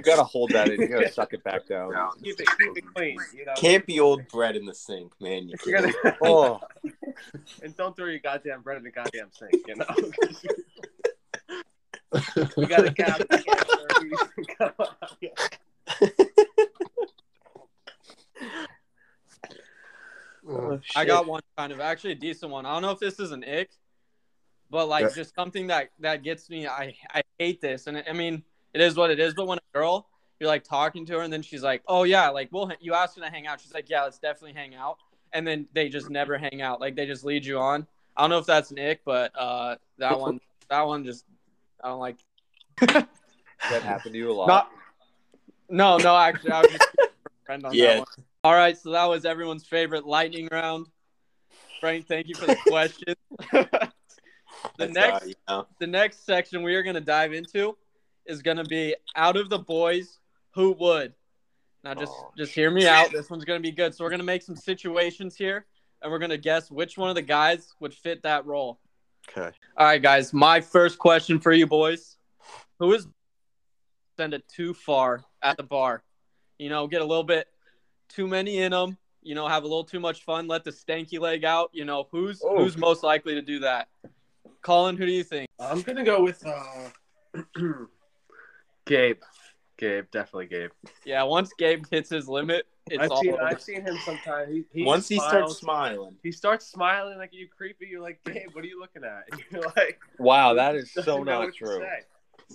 Speaker 2: gotta hold that in. You gotta suck it back down.
Speaker 7: keep, it, keep it clean, you know.
Speaker 6: Can't be old bread in the sink, man. You
Speaker 7: You gotta-
Speaker 6: can't.
Speaker 2: Oh,
Speaker 7: and don't throw your goddamn bread in the goddamn sink, you know. we got a cap.
Speaker 4: Oh,
Speaker 3: I got one kind of actually a decent one. I don't know if this is an ick, but like
Speaker 5: Yeah.
Speaker 3: just something that that gets me. I I hate this, and I mean it is what it is. But when a girl you're like talking to her, and then she's like, "Oh yeah, like well you asked her to hang out." She's like, "Yeah, let's definitely hang out," and then they just never hang out. Like they just lead you on. I don't know if that's an ick, but uh, that one that one just I don't like.
Speaker 2: that happened to you a lot.
Speaker 3: Not, no, no, actually, I was just friend on
Speaker 6: Yeah.
Speaker 3: that one. All right, so that was everyone's favorite lightning round. Frank, thank you for the question. the
Speaker 6: That's
Speaker 3: next,
Speaker 6: how, you know.
Speaker 3: the next section we are going to dive into is going to be out of the boys who would. Now, just
Speaker 2: Oh.
Speaker 3: just hear me out. This one's going to be good. So we're going to make some situations here, and we're going to guess which one of the guys would fit that role.
Speaker 5: Okay.
Speaker 3: All right, guys. My first question for you boys: Who is send it too far at the bar? You know, get a little bit too many in them. You know, have a little too much fun. Let the stanky leg out. You know, who's
Speaker 7: Oh.
Speaker 3: who's most likely to do that? Colin, who do you think?
Speaker 7: I'm gonna go with uh, Gabe. Gabe, definitely Gabe.
Speaker 3: Yeah, once Gabe hits his limit, it's
Speaker 7: I've
Speaker 3: all
Speaker 7: seen,
Speaker 3: over.
Speaker 7: I've seen him sometimes. He, he
Speaker 6: Once he starts
Speaker 7: smiles,
Speaker 6: smiling,
Speaker 7: he starts smiling like you creepy. You're like, Gabe, what are you looking at? You're like,
Speaker 2: Wow, that is
Speaker 7: doesn't
Speaker 2: so
Speaker 7: know
Speaker 2: not
Speaker 7: what to
Speaker 2: true.
Speaker 7: say.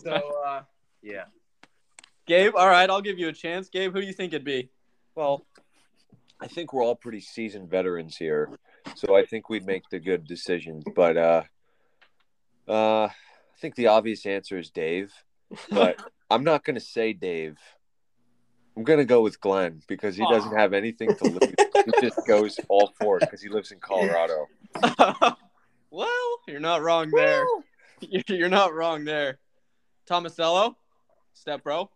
Speaker 7: So, uh, yeah.
Speaker 3: Gabe, all right, I'll give you a chance. Gabe, who do you think it'd be?
Speaker 2: Well, I think we're all pretty seasoned veterans here, so I think we'd make the good decisions. But uh, uh, I think the obvious answer is Dave, but I'm not going to say Dave. I'm going to go with Glenn because he doesn't have anything to lose. he just goes all for it because he lives in Colorado.
Speaker 3: well, you're not wrong there. You're not wrong there. Tomasello, step bro.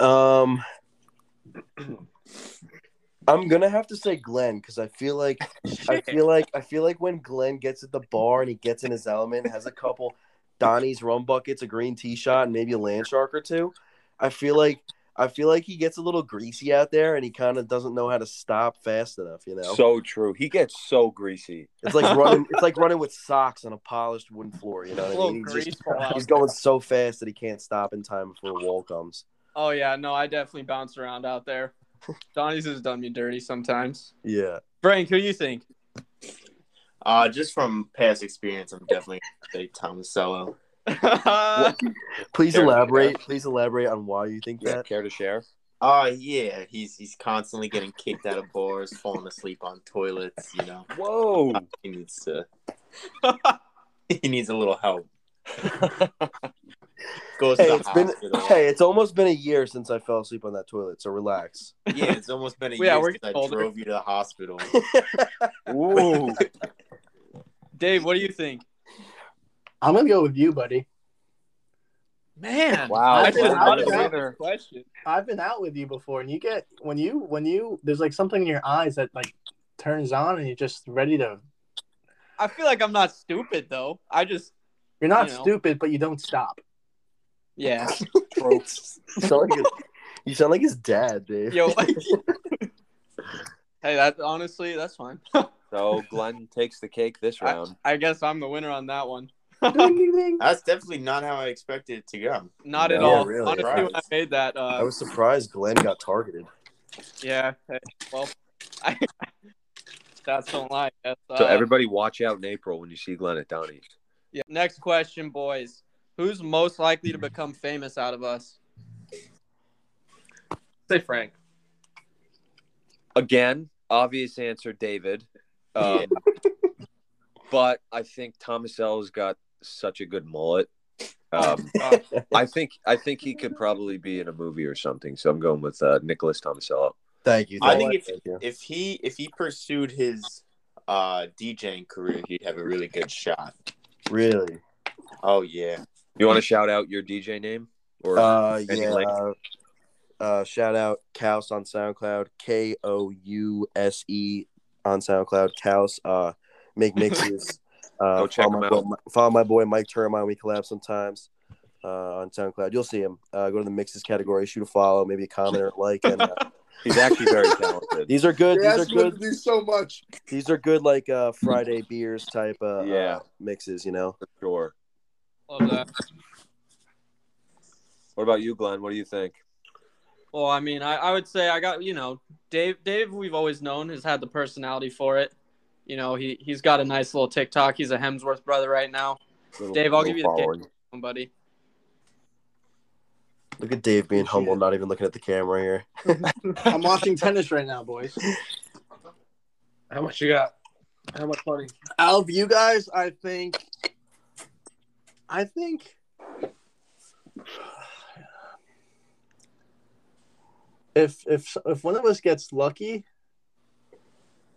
Speaker 5: Um, I'm gonna have to say Glenn because I feel like I feel like I feel like when Glenn gets at the bar and he gets in his element, has a couple Donnie's rum buckets, a green tea shot, and maybe a land shark or two. I feel like I feel like he gets a little greasy out there, and he kind of doesn't know how to stop fast enough. You know,
Speaker 2: So true. He gets so greasy.
Speaker 5: it's like running. It's like running with socks on a polished wooden floor. You know
Speaker 3: A
Speaker 5: what I
Speaker 3: little
Speaker 5: mean? He's, just,
Speaker 3: grease ball out
Speaker 5: he's going so fast that he can't stop in time before a wall comes.
Speaker 3: Oh yeah, no, I definitely bounce around out there. Donnie's has done me dirty sometimes.
Speaker 5: Yeah,
Speaker 3: Frank, who you think?
Speaker 6: Uh, just from past experience, I'm definitely going to say Tomasello.
Speaker 5: please
Speaker 6: Sure.
Speaker 5: elaborate. Please elaborate on why you think
Speaker 2: Yeah.
Speaker 5: that.
Speaker 2: Care to share?
Speaker 6: Oh, yeah. He's he's constantly getting kicked out of bars, falling asleep on toilets, you know.
Speaker 2: Whoa.
Speaker 6: He needs to. he needs a little help. Goes
Speaker 5: Hey,
Speaker 6: to
Speaker 5: it's
Speaker 6: the
Speaker 5: been
Speaker 6: hospital.
Speaker 5: hey, it's almost been a year since I fell asleep on that toilet. So relax.
Speaker 6: Yeah, it's almost been a
Speaker 3: Yeah,
Speaker 6: year
Speaker 3: we're
Speaker 6: since I
Speaker 3: getting older.
Speaker 6: drove you to the hospital.
Speaker 2: Ooh.
Speaker 3: Dave, what do you think?
Speaker 4: I'm gonna go with you, buddy.
Speaker 3: Man,
Speaker 2: Wow.
Speaker 4: I did- I did-
Speaker 2: Another-
Speaker 3: question.
Speaker 4: I've been out with you before, and you get when you when you there's like something in your eyes that like turns on, and you're just ready to.
Speaker 3: I feel like I'm not stupid though. I just
Speaker 4: You're not
Speaker 3: You know.
Speaker 4: stupid, but you don't stop.
Speaker 3: yeah.
Speaker 5: You sound like his, you sound like his dad, Dave.
Speaker 3: Yo. hey, that honestly, that's fine.
Speaker 2: So Glenn takes the cake this
Speaker 5: Um,
Speaker 2: round.
Speaker 3: I guess I'm the winner on that one.
Speaker 4: Ding, ding, ding.
Speaker 6: That's definitely not how I expected it to go.
Speaker 3: Not at
Speaker 2: Yeah,
Speaker 3: all.
Speaker 5: really.
Speaker 3: Honestly, when I
Speaker 6: Surprised.
Speaker 3: made that, uh,
Speaker 5: I was surprised Glenn got targeted.
Speaker 3: yeah. hey, well, I, that's don't lie. I guess.
Speaker 2: So
Speaker 3: Uh,
Speaker 2: everybody watch out in April when you see Glenn at Donnie's.
Speaker 3: yeah. Next question, boys. Who's most likely to become famous out of us?
Speaker 7: Say Frank.
Speaker 2: Again, obvious answer, David. Um, but I think Tomasello's got such a good mullet.
Speaker 4: Oh,
Speaker 2: Um,
Speaker 3: Uh,
Speaker 2: I think I think he could probably be in a movie or something. So I'm going with uh, Nicholas Tomasello.
Speaker 5: Thank you.
Speaker 6: I
Speaker 5: thank
Speaker 6: think
Speaker 5: you,
Speaker 6: if-
Speaker 5: thank you.
Speaker 6: If he if he pursued his uh DJing career, he'd have a really good shot.
Speaker 5: really.
Speaker 6: Oh yeah.
Speaker 2: You want to shout out your DJ name or
Speaker 5: Uh,
Speaker 2: Any
Speaker 5: yeah.
Speaker 2: link?
Speaker 5: uh, Uh, shout out Kaus on SoundCloud. K O U S E on SoundCloud. Kaus. Uh, make mixes. Uh,
Speaker 2: Go check
Speaker 5: follow, my
Speaker 2: him
Speaker 5: boy,
Speaker 2: out.
Speaker 5: Mi- follow my boy Mike Termine. We collab sometimes uh, on SoundCloud. You'll see him. Uh, go to the mixes category. Shoot a follow. Maybe a comment or a like. And uh,
Speaker 2: he's actually very talented.
Speaker 5: these are good.
Speaker 4: You're
Speaker 5: These are
Speaker 4: asking them
Speaker 5: good.
Speaker 4: to do so much.
Speaker 5: These are good. Like uh, Friday beers type. Uh,
Speaker 2: Yeah.
Speaker 5: uh, mixes. You know.
Speaker 2: for sure.
Speaker 3: oh, love that.
Speaker 2: What about you, Glenn? What do you think?
Speaker 3: Well, I mean, I, I would say I got you know Dave. Dave, we've always known has had the personality for it. You know, he he's got a nice little TikTok. He's a Hemsworth brother right now,
Speaker 2: Little-
Speaker 3: Dave, I'll
Speaker 2: little
Speaker 3: give you the cake.
Speaker 2: following.
Speaker 3: buddy.
Speaker 5: Look at Dave being humble, not even looking at the camera here.
Speaker 4: I'm watching tennis right now, boys.
Speaker 7: How much you got? How much money?
Speaker 4: Out of you guys, I think. I think. If if if one of us gets lucky,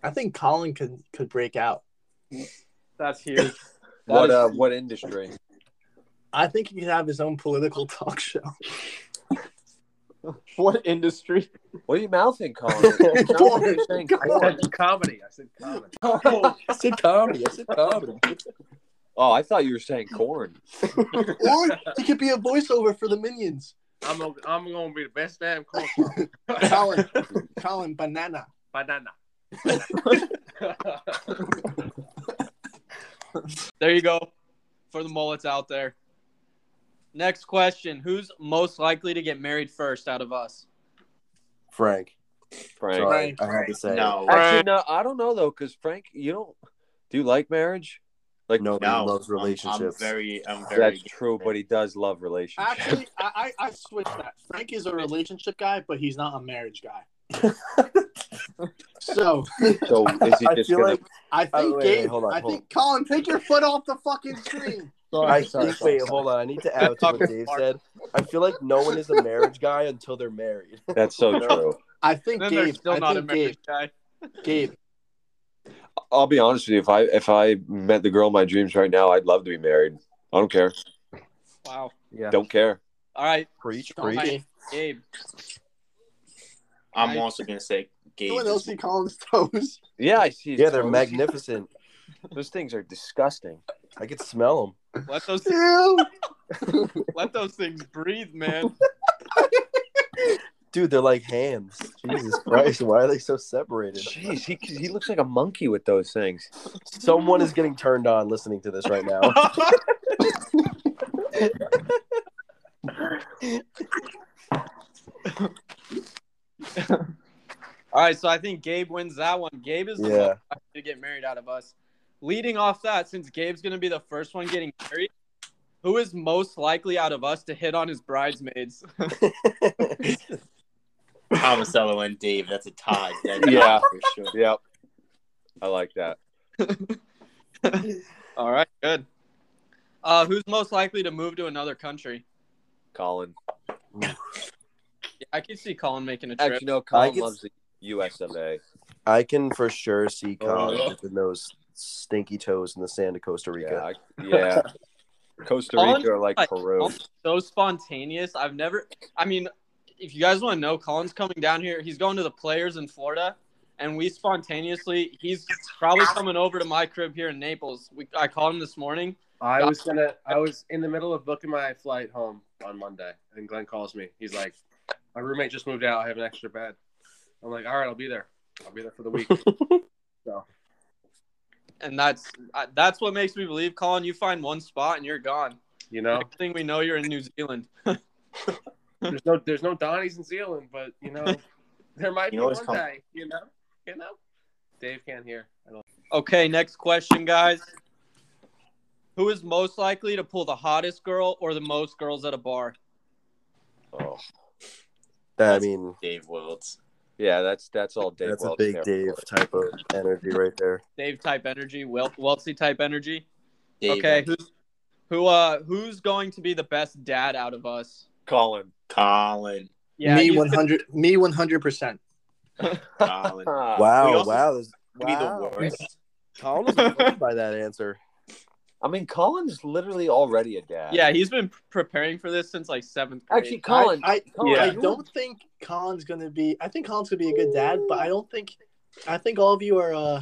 Speaker 4: I think Colin could could break out.
Speaker 3: That's huge.
Speaker 2: What
Speaker 3: is-
Speaker 2: uh, what industry?
Speaker 4: I think he could have his own political talk show.
Speaker 3: what industry?
Speaker 2: What are you mouthing, Colin? It sounds like you're saying
Speaker 7: I
Speaker 2: corn.
Speaker 7: said comedy. I said comedy.
Speaker 5: I said comedy. I said comedy.
Speaker 2: Oh, I thought you were saying corn.
Speaker 4: or he could be a voiceover for the Minions.
Speaker 7: I'm a, I'm gonna be the best damn corn
Speaker 4: Colin, Colin, banana.
Speaker 7: banana.
Speaker 3: There you go, for the mullets out there. Next question: Who's most likely to get married first out of us?
Speaker 5: Frank.
Speaker 2: Frank.
Speaker 5: Sorry,
Speaker 4: Frank.
Speaker 5: I had to say.
Speaker 6: No.
Speaker 2: Actually, no, I don't know though, because Frank, you don't. Do you like marriage?
Speaker 5: Like nobody
Speaker 6: No,
Speaker 5: loves
Speaker 6: I'm- I'm,
Speaker 5: relationships.
Speaker 6: very, I'm very.
Speaker 2: That's true, but he does love relationships.
Speaker 4: Actually, I, I I switched that. Frank is a relationship guy, but he's not a marriage guy. so
Speaker 2: so is he
Speaker 5: I
Speaker 2: just
Speaker 5: feel
Speaker 2: gonna?
Speaker 5: like
Speaker 4: I think
Speaker 5: wait, wait,
Speaker 4: Gabe.
Speaker 5: hold on,
Speaker 4: I
Speaker 5: hold
Speaker 4: think Colin, take your foot off the fucking screen.
Speaker 5: I think, wait, hold on. I need to add to what Dave said. I feel like no one is a marriage guy until they're married.
Speaker 2: That's so true.
Speaker 4: I think
Speaker 3: Then they're
Speaker 4: Gabe.
Speaker 3: still
Speaker 4: I
Speaker 3: not a
Speaker 4: think
Speaker 3: marriage
Speaker 4: Gabe.
Speaker 3: guy.
Speaker 4: Gabe.
Speaker 2: I'll be honest with you. If I if I met the girl of my dreams right now, I'd love to be married. I don't care.
Speaker 3: Wow.
Speaker 2: Yeah. Don't care.
Speaker 3: All right.
Speaker 5: Preach,
Speaker 3: All right, Gabe.
Speaker 6: I'm
Speaker 3: I-
Speaker 6: also gonna say Gabe.
Speaker 4: Anyone
Speaker 6: is-
Speaker 4: else see Colin's toes?
Speaker 2: Yeah, I see. his
Speaker 5: Yeah, they're
Speaker 2: toes.
Speaker 5: magnificent.
Speaker 2: Those things are disgusting.
Speaker 5: I could smell them.
Speaker 3: Let those
Speaker 4: Ew.
Speaker 3: let those things breathe, man.
Speaker 5: Dude, they're like hands. Jesus Christ, why are they so separated?
Speaker 2: Jeez, he he looks like a monkey with those things.
Speaker 5: Someone is getting turned on listening to this right now.
Speaker 3: All right, so I think Gabe wins that one. Gabe is the
Speaker 5: Yeah.
Speaker 3: one that's gonna get married out of us. Leading off that, since Gabe's gonna be the first one getting married, who is most likely out of us to hit on his bridesmaids?
Speaker 6: Tomasello and Dave. That's a tie. That's
Speaker 2: Yeah.
Speaker 6: for sure.
Speaker 2: Yep. I like that.
Speaker 3: All right, good. Uh, who's most likely to move to another country?
Speaker 2: Colin.
Speaker 3: Yeah, I can see Colin making a trip.
Speaker 2: Actually, no, Colin
Speaker 5: I guess-
Speaker 2: loves the US of A.
Speaker 5: I can for sure see
Speaker 2: Oh,
Speaker 5: Colin
Speaker 2: yeah.
Speaker 5: dipping those stinky toes in the sand of Costa
Speaker 2: Yeah.
Speaker 5: Rica.
Speaker 2: I- yeah. Costa
Speaker 3: Colin's
Speaker 2: Rica or like
Speaker 3: like-
Speaker 2: Peru.
Speaker 3: so spontaneous. I've never. I mean, if you guys want to know, Colin's coming down here. He's going to the players in Florida, and we spontaneously. He's probably coming over to my crib here in Naples. We, I called him this morning.
Speaker 7: I was gonna. I was in the middle of booking my flight home on Monday, and Glenn calls me. He's like, "My roommate just moved out. I have an extra bed." I'm like, "All right, I'll be there. I'll be there for the week."
Speaker 3: and that's I- that's what makes me believe, Colin. You find one spot and you're gone.
Speaker 7: You know,
Speaker 3: Next thing we know, you're in New Zealand.
Speaker 7: there's no there's no Donnies in Zealand, but you know, there might
Speaker 6: You
Speaker 7: be one
Speaker 6: always come.
Speaker 7: day. You know, you know. Dave can't hear. I don't.
Speaker 3: Okay, next question, guys. Who is most likely to pull the hottest girl or the most girls at a bar?
Speaker 5: Oh. I mean,
Speaker 6: Dave Wilds.
Speaker 2: Yeah, that's that's all Dave.
Speaker 5: that's a
Speaker 2: Wells
Speaker 5: big
Speaker 2: cares
Speaker 5: Dave
Speaker 2: for.
Speaker 5: type of energy right there.
Speaker 3: Dave type energy, Wel- Weltsy type energy.
Speaker 6: Dave
Speaker 3: okay,
Speaker 6: and
Speaker 3: who's who? Uh, who's going to be the best dad out of us?
Speaker 2: Colin.
Speaker 6: Colin.
Speaker 4: me
Speaker 3: you-
Speaker 4: one hundred. Me one hundred percent.
Speaker 6: Colin. Uh, we
Speaker 5: Wow,
Speaker 6: also-
Speaker 5: wow. This,
Speaker 6: Be
Speaker 5: wow.
Speaker 6: the worst.
Speaker 5: Colin was offended by that answer.
Speaker 2: I mean, Colin's literally already a dad.
Speaker 3: Yeah, he's been preparing for this since like seventh grade.
Speaker 2: Actually, Colin.
Speaker 4: I, I,
Speaker 2: Colin,
Speaker 4: I
Speaker 2: you were-
Speaker 4: don't think Colin's gonna be. I think Colin's gonna be a good dad, but I don't think. I think all of you are uh,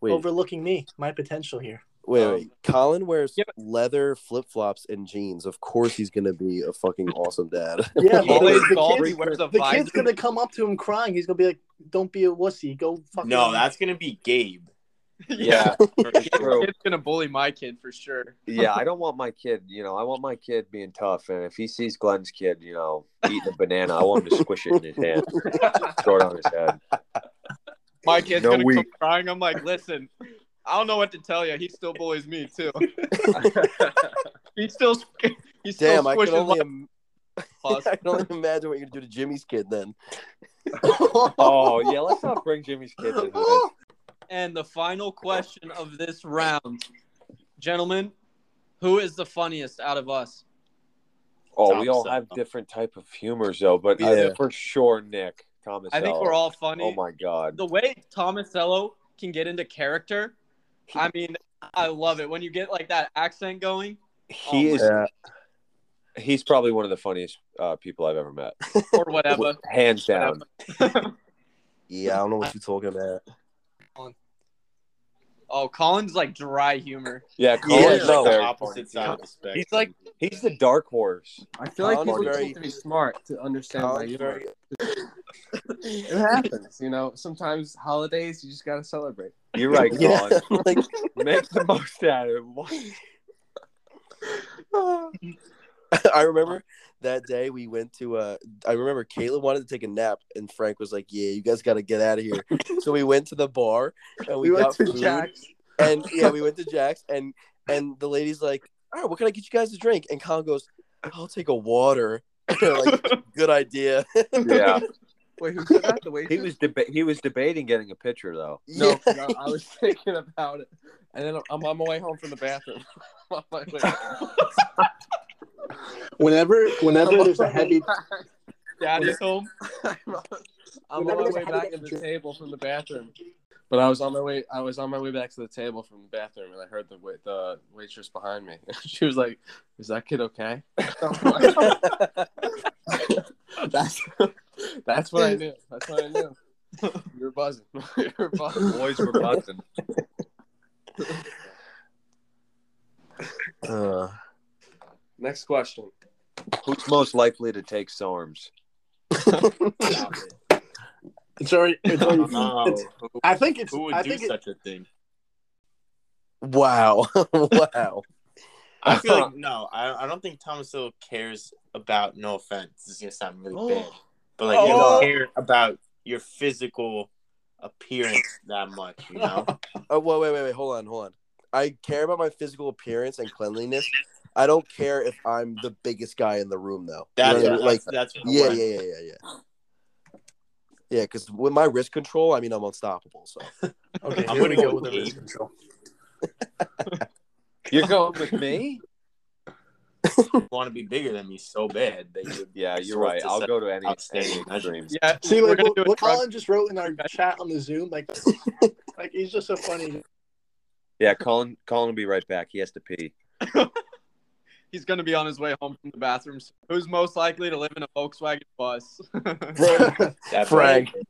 Speaker 5: Wait,
Speaker 4: overlooking me, my potential here.
Speaker 5: wait,
Speaker 2: um,
Speaker 5: wait. Colin wears
Speaker 3: Yeah,
Speaker 5: leather flip flops and jeans. Of course, he's gonna be a fucking awesome dad.
Speaker 4: Yeah,
Speaker 3: He always
Speaker 4: because the
Speaker 3: calls. He
Speaker 4: kid's-
Speaker 3: wears a
Speaker 4: the kid's
Speaker 3: visor.
Speaker 4: gonna come up to him crying. He's gonna be like, "Don't be a wussy. Go fucking."
Speaker 6: No, that's gonna be Gabe.
Speaker 2: Yeah.
Speaker 6: For sure.
Speaker 2: True.
Speaker 3: Kid's gonna bully my kid for sure.
Speaker 2: Yeah, I don't want my kid, you know, I want my kid being tough. And if he sees Glenn's kid, you know, eating a banana, I want him to squish it in his hand, throw it on his head.
Speaker 3: My kid's
Speaker 2: No
Speaker 3: gonna
Speaker 2: wheat.
Speaker 3: come crying. I'm like, listen, I don't know what to tell you. He still bullies me too. he still he still
Speaker 5: Damn, I can
Speaker 3: squishes
Speaker 5: only,
Speaker 3: my
Speaker 5: im-
Speaker 3: paws.
Speaker 5: I can only imagine what you're gonna do to Jimmy's kid then.
Speaker 2: Oh, yeah, let's not bring Jimmy's kid into this.
Speaker 3: And the final question of this round, gentlemen, who is the funniest out of us?
Speaker 2: Oh, we all have different type of humors, though, but I
Speaker 5: Yeah.
Speaker 2: think for sure, Nick, Thomas.
Speaker 3: I think we're all funny.
Speaker 2: Oh, my God.
Speaker 3: the way Tomasello can get into character, I mean, I love it when you get like that accent going.
Speaker 2: He
Speaker 3: Oh,
Speaker 2: is,
Speaker 5: Yeah.
Speaker 2: he's probably one of the funniest uh, people I've ever met,
Speaker 3: or whatever.
Speaker 2: hands down.
Speaker 5: Yeah, I don't know what you're talking about.
Speaker 3: Oh, Colin's like dry humor.
Speaker 2: Yeah,
Speaker 5: Yeah,
Speaker 2: Colin's
Speaker 5: no.
Speaker 2: like there.
Speaker 6: opposite side of the spectrum.
Speaker 2: He's like, he's the dark horse.
Speaker 7: I feel
Speaker 5: like Colin's people very- need to
Speaker 7: be smart to understand
Speaker 5: Colin's very,
Speaker 7: It happens, you know. Sometimes holidays, you just gotta celebrate.
Speaker 2: You're right,
Speaker 5: Yeah.
Speaker 2: Colin.
Speaker 5: like,
Speaker 2: Make the most out of it.
Speaker 5: I remember that day we went to. Uh, I remember Caitlin wanted to take a nap, and Frank was like, "Yeah, you guys got to get out of here." so we went to the bar, and we,
Speaker 4: we went
Speaker 5: got
Speaker 4: to
Speaker 5: food,
Speaker 4: Jack's.
Speaker 5: and yeah, we went to Jack's, and and the lady's like, "All right, what can I get you guys to drink?" And Colin goes, "I'll take a water." They're like, "Good idea."
Speaker 2: Yeah,
Speaker 7: Wait, who said that? The way
Speaker 2: he was deba- he was debating getting a picture though.
Speaker 5: Yeah.
Speaker 7: no, I was thinking about it, and then I'm on my way home from the bathroom. I'm like, wait.
Speaker 4: Whenever, whenever there's a heavy,
Speaker 3: Daddy's home.
Speaker 7: I'm on my way back to the table from the bathroom, But I was on my way. I was on my way back to the table from the bathroom, and I heard the wait, the waitress behind me. She was like, "Is that kid okay?" that's that's what I knew. That's what I knew. You were buzzing. You were buzzing.
Speaker 2: Boys were buzzing.
Speaker 5: Uh,
Speaker 7: Next question.
Speaker 2: Who's most likely to take SARMs?
Speaker 4: It's already. It's already
Speaker 3: Oh.
Speaker 6: No.
Speaker 4: it's- I think it's.
Speaker 6: Who would
Speaker 4: I
Speaker 6: do
Speaker 4: think it,
Speaker 6: such a thing?
Speaker 5: wow, wow.
Speaker 6: I feel like no, I, I don't think Thomasillo cares about. No offense, this is gonna sound really bad, but like you
Speaker 5: Oh.
Speaker 6: don't care about your physical appearance that much, you know?
Speaker 5: Oh, wait, wait, wait, wait. Hold on, hold on. I care about my physical appearance and cleanliness. I don't care if I'm the biggest guy in the room, though. You
Speaker 6: That's
Speaker 5: know what I mean? like,
Speaker 6: that's, that's what
Speaker 5: yeah,
Speaker 6: I-
Speaker 5: yeah, yeah, yeah, yeah. Yeah, because with my risk control, I mean, I'm unstoppable. So
Speaker 4: okay,
Speaker 6: I'm
Speaker 4: here we
Speaker 6: gonna
Speaker 4: go
Speaker 6: go
Speaker 4: with the
Speaker 6: with
Speaker 4: risk
Speaker 6: Abe.
Speaker 4: control.
Speaker 2: You're going with me?
Speaker 6: want to be bigger than me so bad that you would
Speaker 2: Yeah, you're
Speaker 6: Sort
Speaker 2: right.
Speaker 6: to
Speaker 2: I'll
Speaker 6: set
Speaker 2: go to any, any
Speaker 6: outstanding
Speaker 2: extremes.
Speaker 3: Yeah.
Speaker 4: See,
Speaker 3: we're
Speaker 4: like
Speaker 3: gonna
Speaker 4: what,
Speaker 3: do a
Speaker 4: what
Speaker 3: drug-
Speaker 4: Colin just wrote in our chat on the Zoom, like, like he's just so funny.
Speaker 2: Yeah, Colin. Colin will be right back. He has to pee.
Speaker 3: He's gonna be on his way home from the bathroom. Who's most likely to live in a Volkswagen bus?
Speaker 6: That
Speaker 5: Frank.
Speaker 6: bad.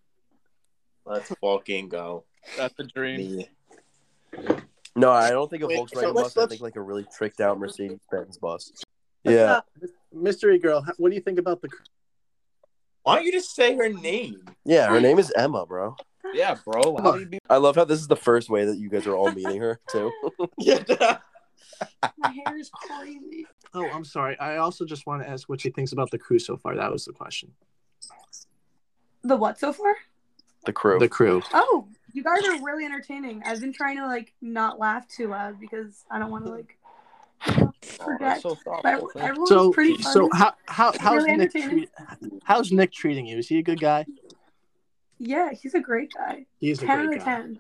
Speaker 6: Let's fucking go.
Speaker 3: That's the dream.
Speaker 6: Me.
Speaker 5: no, I don't think a
Speaker 4: Wait, so
Speaker 5: Volkswagen
Speaker 4: let's-
Speaker 5: bus. I
Speaker 4: let's-
Speaker 5: think like a really tricked out Mercedes Benz bus. Yeah,
Speaker 4: Mystery girl, what do you think about the?
Speaker 6: Why don't you just say her name?
Speaker 5: yeah. Her name is Emma, bro.
Speaker 2: Yeah, bro. How do you be?
Speaker 5: I love how this is the first way that you guys are all meeting her too.
Speaker 6: Yeah.
Speaker 4: Oh, I'm sorry. I also just want to ask what she thinks about the crew so far. That was the question.
Speaker 9: The what so far?
Speaker 5: The crew.
Speaker 4: The crew.
Speaker 9: Oh, you guys are really entertaining. I've been trying to like not laugh too loud because I don't want to like forget.
Speaker 2: Oh, so thoughtful.
Speaker 9: but
Speaker 2: Thank
Speaker 9: everyone's
Speaker 4: So,
Speaker 9: pretty funny.
Speaker 4: so how how how's
Speaker 9: Really
Speaker 4: Nick
Speaker 9: entertaining.
Speaker 4: treat, how's Nick treating you? Is he a good guy?
Speaker 9: yeah, he's a great guy.
Speaker 4: He's a
Speaker 9: Ten out
Speaker 4: great
Speaker 9: of
Speaker 4: guy.
Speaker 9: ten.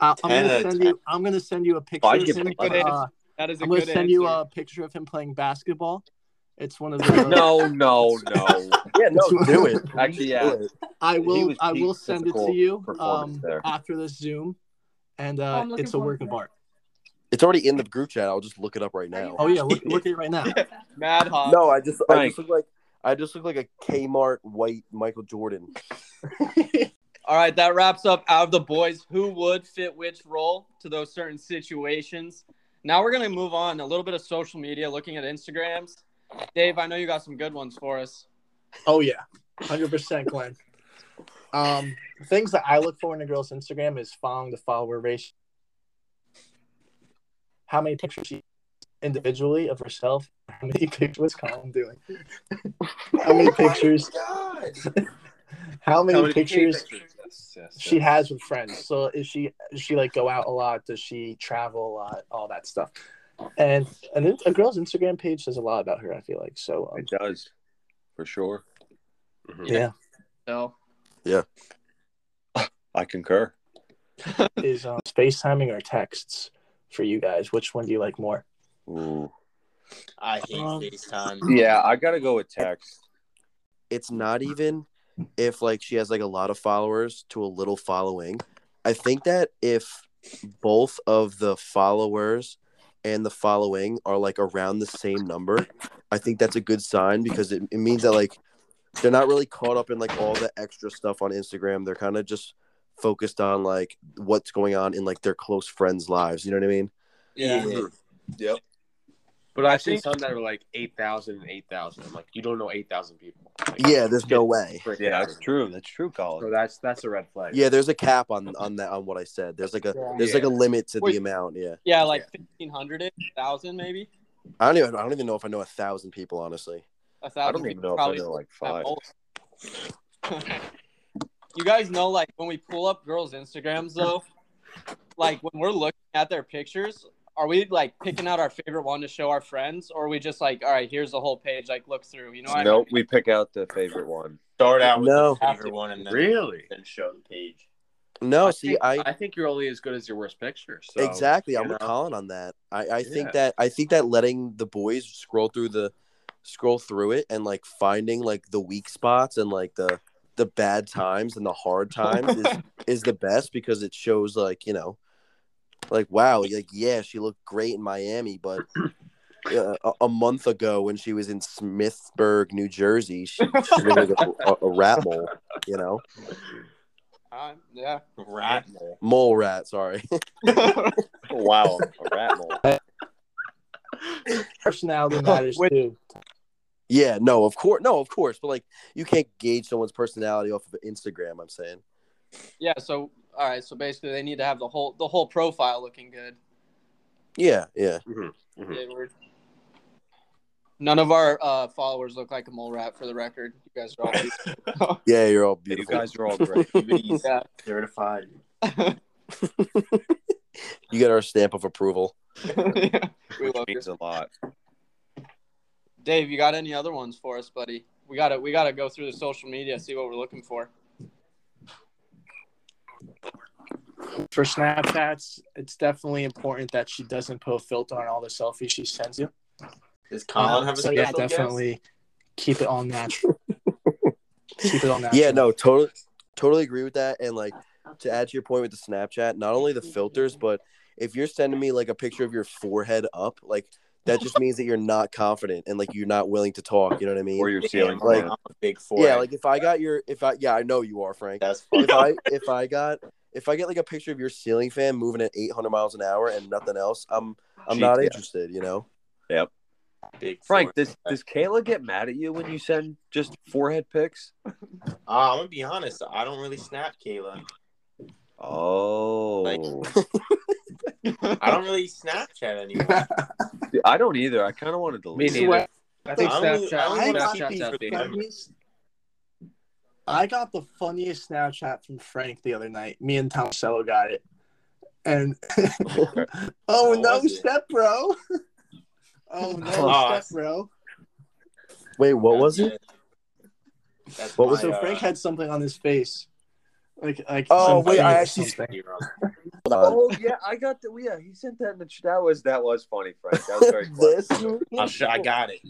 Speaker 4: I, I'm
Speaker 6: 10
Speaker 4: gonna
Speaker 6: out of
Speaker 4: send
Speaker 6: 10.
Speaker 4: you. I'm gonna send you a picture.
Speaker 2: I'd
Speaker 4: Of
Speaker 2: give
Speaker 4: him,
Speaker 2: him a
Speaker 3: good
Speaker 4: uh,
Speaker 3: That is a
Speaker 4: I'm
Speaker 3: good
Speaker 4: gonna send you
Speaker 3: answer.
Speaker 4: a picture of him playing basketball. It's one of the.
Speaker 2: No, no, no.
Speaker 5: Yeah, no,
Speaker 4: That's-
Speaker 5: do it. Please
Speaker 2: Actually, yeah.
Speaker 5: do it.
Speaker 4: I
Speaker 2: He
Speaker 4: will.
Speaker 2: was
Speaker 4: I will
Speaker 2: peak
Speaker 4: send it to
Speaker 2: physical
Speaker 4: you
Speaker 2: performance
Speaker 4: um,
Speaker 2: there.
Speaker 4: after this Zoom, and
Speaker 9: Oh,
Speaker 4: uh,
Speaker 9: I'm looking
Speaker 4: it's a
Speaker 9: forward
Speaker 4: work
Speaker 9: to
Speaker 4: of
Speaker 9: that.
Speaker 4: art.
Speaker 5: It's already in the group chat. I'll just look it up right
Speaker 9: Are you
Speaker 5: now.
Speaker 4: Oh yeah, look, look at it right now.
Speaker 3: Mad hot.
Speaker 5: No, I just I
Speaker 2: Frank.
Speaker 5: just look like I just look like a Kmart white Michael Jordan.
Speaker 3: All right, that wraps up out of the boys who would fit which role to those certain situations. Now we're gonna move on a little bit of social media, looking at Instagrams. Dave, I know you got some good ones for us.
Speaker 4: Oh yeah, hundred percent, Glenn. Um, things that I look for in a girl's Instagram is following the follower ratio. How many pictures she individually of herself? How many pictures? What's Colin doing? how
Speaker 2: Oh
Speaker 4: many pictures? how many, pictures,
Speaker 7: Yes, yes,
Speaker 4: she
Speaker 7: yes.
Speaker 4: has with friends? So is she does she like go out a lot? Does she travel a lot? All that stuff. And and it- a girl's Instagram page says a lot about her. I feel like so. Um,
Speaker 2: It does, for sure.
Speaker 4: yeah,
Speaker 3: So
Speaker 2: I concur.
Speaker 4: is um, FaceTiming or texts for you guys? Which one do you like more?
Speaker 2: Ooh.
Speaker 6: I hate
Speaker 4: Um,
Speaker 6: FaceTime.
Speaker 2: Yeah, I gotta go with text.
Speaker 5: It's not even if like she has like a lot of followers to a little following. I think that if both of the followers and the following are like around the same number, I think that's a good sign because it, it means that like they're not really caught up in like all the extra stuff on Instagram. They're kind of just focused on like what's going on in like their close friends' lives. You know what I mean?
Speaker 6: Yeah.
Speaker 2: Yep.
Speaker 7: But I've seen some that are like 8,000 and 8,000. I'm like, you don't know 8,000 people. Like,
Speaker 5: Yeah, there's no way.
Speaker 7: freak
Speaker 2: Yeah,
Speaker 7: out.
Speaker 2: that's true. That's true,
Speaker 7: So
Speaker 2: Colin.
Speaker 7: that's that's a red flag.
Speaker 5: Yeah, there's a cap on on that on what I said. There's like a there's like a limit to
Speaker 3: Wait.
Speaker 5: the amount. Yeah,
Speaker 3: yeah, like fifteen hundred, thousand maybe.
Speaker 5: I don't even I don't even know if I know a thousand people honestly.
Speaker 3: A
Speaker 2: I
Speaker 3: thousand
Speaker 2: don't even
Speaker 3: people
Speaker 2: know if I know like
Speaker 3: at
Speaker 2: five.
Speaker 3: most. you guys know, like when we pull up girls' Instagrams, though, like when we're looking at their pictures, are we like picking out our favorite one to show our friends, or are we just like, all right, here's the whole page, like look through, you know? What
Speaker 2: Nope, we pick out the favorite one.
Speaker 6: Start out with
Speaker 5: No.
Speaker 6: the favorite one and then,
Speaker 7: Really?
Speaker 6: then show the page.
Speaker 5: No, see,
Speaker 7: think,
Speaker 5: I,
Speaker 7: think you're only as good as your worst picture. So
Speaker 5: exactly. I'm
Speaker 7: you
Speaker 5: with
Speaker 7: know.
Speaker 5: Colin on that. I I think
Speaker 7: Yeah.
Speaker 5: that I think that letting the boys scroll through the scroll through it and like
Speaker 7: Oh
Speaker 5: finding like the weak spots and like the the bad times and the hard times is is the best because it shows like you know, like wow, like yeah, she looked great in Miami, but uh, a, a month ago when she was in Smithburg, New Jersey, she, she looked like a, a, a rat mole, you know,
Speaker 3: Uh, yeah.
Speaker 6: Rat mole.
Speaker 5: mole rat. Sorry,
Speaker 6: Wow, a rat mole.
Speaker 4: Personality matters too.
Speaker 5: yeah, no, of course, no, of course, but like you can't gauge someone's personality off of Instagram. I'm saying.
Speaker 3: Yeah. So all right. So basically, they need to have the whole the whole profile looking good.
Speaker 5: Yeah, yeah.
Speaker 2: Mm-hmm.
Speaker 7: Mhm.
Speaker 3: Yeah, we're- None of our uh, followers look like a mole rat, for the record. You guys are all.
Speaker 5: Yeah, you're all
Speaker 2: You
Speaker 5: beautiful.
Speaker 2: guys are all great.
Speaker 6: He's
Speaker 3: yeah.
Speaker 6: certified.
Speaker 5: You get our stamp of approval.
Speaker 3: We
Speaker 2: which
Speaker 3: love you.
Speaker 2: means a lot.
Speaker 3: Dave, you got any other ones for us, buddy? We gotta we gotta go through the social media, see what we're looking for.
Speaker 4: For Snapchats, it's definitely important that she doesn't put a filter on all the selfies she sends you. Uh,
Speaker 6: Does Colin have a
Speaker 4: so
Speaker 6: special
Speaker 4: yeah,
Speaker 6: guest?
Speaker 4: definitely keep it all natural. keep it all natural.
Speaker 5: Yeah, no, totally, totally agree with that. And like to add to your point with the Snapchat, not only the filters, but if you're sending me like a picture of your forehead up, like that just means that you're not confident and like you're not willing to talk. You know what I mean?
Speaker 2: Or your ceiling
Speaker 5: like-
Speaker 2: fan.
Speaker 6: I'm a big four.
Speaker 5: yeah, like if I got your, if I, yeah, I know you are, Frank.
Speaker 6: that's
Speaker 5: If I, if I got, if I get like a picture of your ceiling fan moving at 800 miles an hour and nothing else, I'm, I'm not
Speaker 2: GTA.
Speaker 5: interested. You know?
Speaker 6: big
Speaker 2: Frank,
Speaker 6: four.
Speaker 2: does does Kayla get mad at you when you send just forehead pics?
Speaker 6: Uh, I'm gonna be honest. I don't really snap Kayla.
Speaker 2: Oh,
Speaker 6: I don't really Snapchat anymore.
Speaker 2: I don't either. I kind of wanted to
Speaker 7: Me
Speaker 2: leave.
Speaker 7: neither.
Speaker 4: I
Speaker 6: I
Speaker 4: think
Speaker 6: don't really-
Speaker 4: Snapchat.
Speaker 6: I
Speaker 4: I
Speaker 6: don't
Speaker 4: got
Speaker 6: really
Speaker 4: Snapchat's
Speaker 6: keep these
Speaker 7: Snapchat
Speaker 6: for
Speaker 7: updated.
Speaker 6: memory.
Speaker 4: I got the funniest Snapchat from Frank the other night. Me and Tomasello got it. And oh
Speaker 6: What
Speaker 4: no,
Speaker 6: was it?
Speaker 4: step bro. Oh no,
Speaker 6: Oh,
Speaker 4: step bro.
Speaker 5: Wait, what was it?
Speaker 6: That's
Speaker 5: What was
Speaker 6: my,
Speaker 4: So Frank
Speaker 6: uh,
Speaker 4: had something on his face. Like like
Speaker 5: Oh,
Speaker 4: some
Speaker 5: wait, I
Speaker 4: face or
Speaker 5: actually-
Speaker 4: something.
Speaker 6: hero.
Speaker 5: Hold on.
Speaker 2: Oh yeah, I got the yeah. He sent that in the that was that was funny, Frank. That was
Speaker 5: Uh,
Speaker 2: very clever.
Speaker 5: this.
Speaker 6: I'm sure I got it.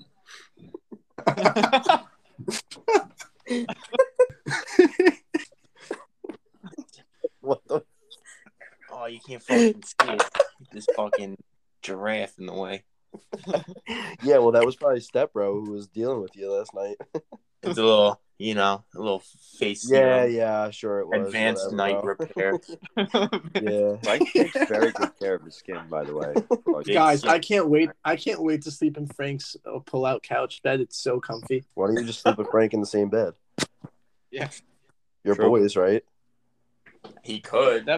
Speaker 5: What the
Speaker 6: Oh, you can't fucking see it. This fucking giraffe in the way.
Speaker 5: Yeah, well, that was probably Step Bro who was dealing with you last night.
Speaker 6: It's a little, you know, a little face.
Speaker 5: Yeah,
Speaker 6: serum.
Speaker 5: yeah, sure it was.
Speaker 6: Advanced
Speaker 5: whatever,
Speaker 6: night
Speaker 5: bro.
Speaker 6: repair.
Speaker 5: Yeah.
Speaker 2: Frank takes very good care of his skin, by the way. Oh,
Speaker 6: Yeah.
Speaker 4: Guys, I can't wait. I can't wait to sleep in Frank's uh, pull-out couch bed. It's so comfy.
Speaker 5: Why don't you just sleep with Frank in the same bed?
Speaker 3: Yeah.
Speaker 5: Your
Speaker 2: True.
Speaker 5: boys, right?
Speaker 6: He could.
Speaker 2: He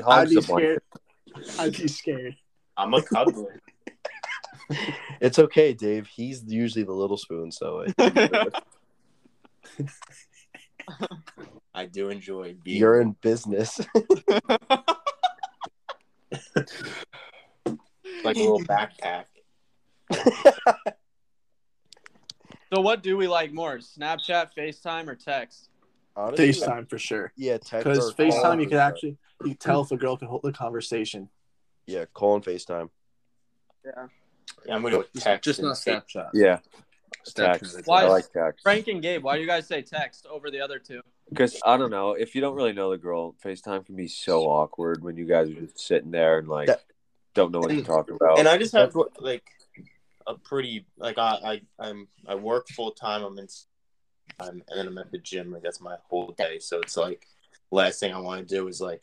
Speaker 4: I'd
Speaker 2: hogs
Speaker 4: be
Speaker 2: the bunch.
Speaker 4: scared. I'd be scared.
Speaker 6: I'm a cuddler.
Speaker 5: It's okay, Dave. He's usually the little spoon, so like,
Speaker 6: I do enjoy being.
Speaker 5: you're in business.
Speaker 6: like a little backpack.
Speaker 3: so what do we like more? Snapchat, FaceTime, or text?
Speaker 5: Honestly,
Speaker 4: FaceTime for sure.
Speaker 5: Yeah, text
Speaker 4: Because
Speaker 5: or call
Speaker 4: FaceTime, you
Speaker 5: is
Speaker 4: could
Speaker 5: better.
Speaker 4: actually you could tell if a girl could hold the conversation.
Speaker 5: Yeah, call and FaceTime.
Speaker 6: Yeah, I'm gonna go
Speaker 7: Just,
Speaker 6: text.
Speaker 7: just
Speaker 6: and
Speaker 7: not
Speaker 6: say-
Speaker 7: Snapchat.
Speaker 2: Yeah,
Speaker 7: Snapchat.
Speaker 2: text.
Speaker 7: is-
Speaker 3: Why
Speaker 2: I
Speaker 3: is-
Speaker 2: like text
Speaker 3: Frank and Gabe, why do you guys say text over the other two?
Speaker 2: because I don't know if you don't really know the girl. Facetime can be so awkward when you guys are just sitting there and like
Speaker 5: That-
Speaker 2: don't know what to
Speaker 6: And-
Speaker 2: talk about.
Speaker 6: And I just have
Speaker 5: That's what-
Speaker 6: like a pretty like I, I I'm I work full time. I'm in, I'm, and then I'm at the gym. Like that's my whole day. So it's like last thing I want to do is like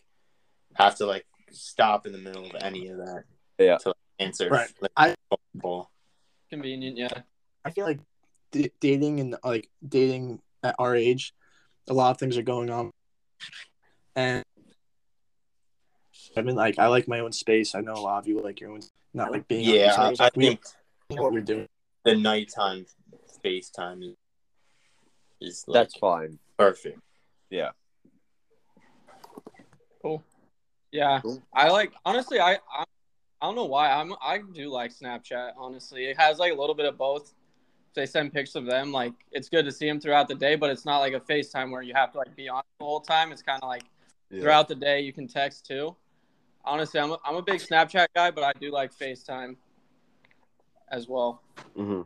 Speaker 6: have to like stop in the middle of any of that.
Speaker 2: Yeah.
Speaker 6: To like, answer.
Speaker 4: Right.
Speaker 6: Like,
Speaker 4: I-
Speaker 6: call.
Speaker 3: Convenient, yeah.
Speaker 4: I feel like d- dating and like dating at our age, a lot of things are going on, and I mean, like I like my own space. I know a lot of you like your own, not like being. on each
Speaker 6: Yeah, I,
Speaker 4: other's,
Speaker 6: I
Speaker 4: like, we
Speaker 6: think
Speaker 4: know what we're doing.
Speaker 6: the nighttime FaceTime is is like
Speaker 2: That's fine.
Speaker 6: perfect.
Speaker 3: Yeah, I like honestly. I, I I don't know why I'm I do like Snapchat. Honestly, it has like a little bit of both. If they send pics of them, like it's good to see them throughout the day, but it's not like a FaceTime where you have to like be on the whole time. It's kind of like
Speaker 5: Yeah.
Speaker 3: throughout the day you can text too. Honestly, I'm a, I'm a big
Speaker 4: Mm-hmm.
Speaker 3: Snapchat guy, but I do like FaceTime as well.
Speaker 5: Mhm.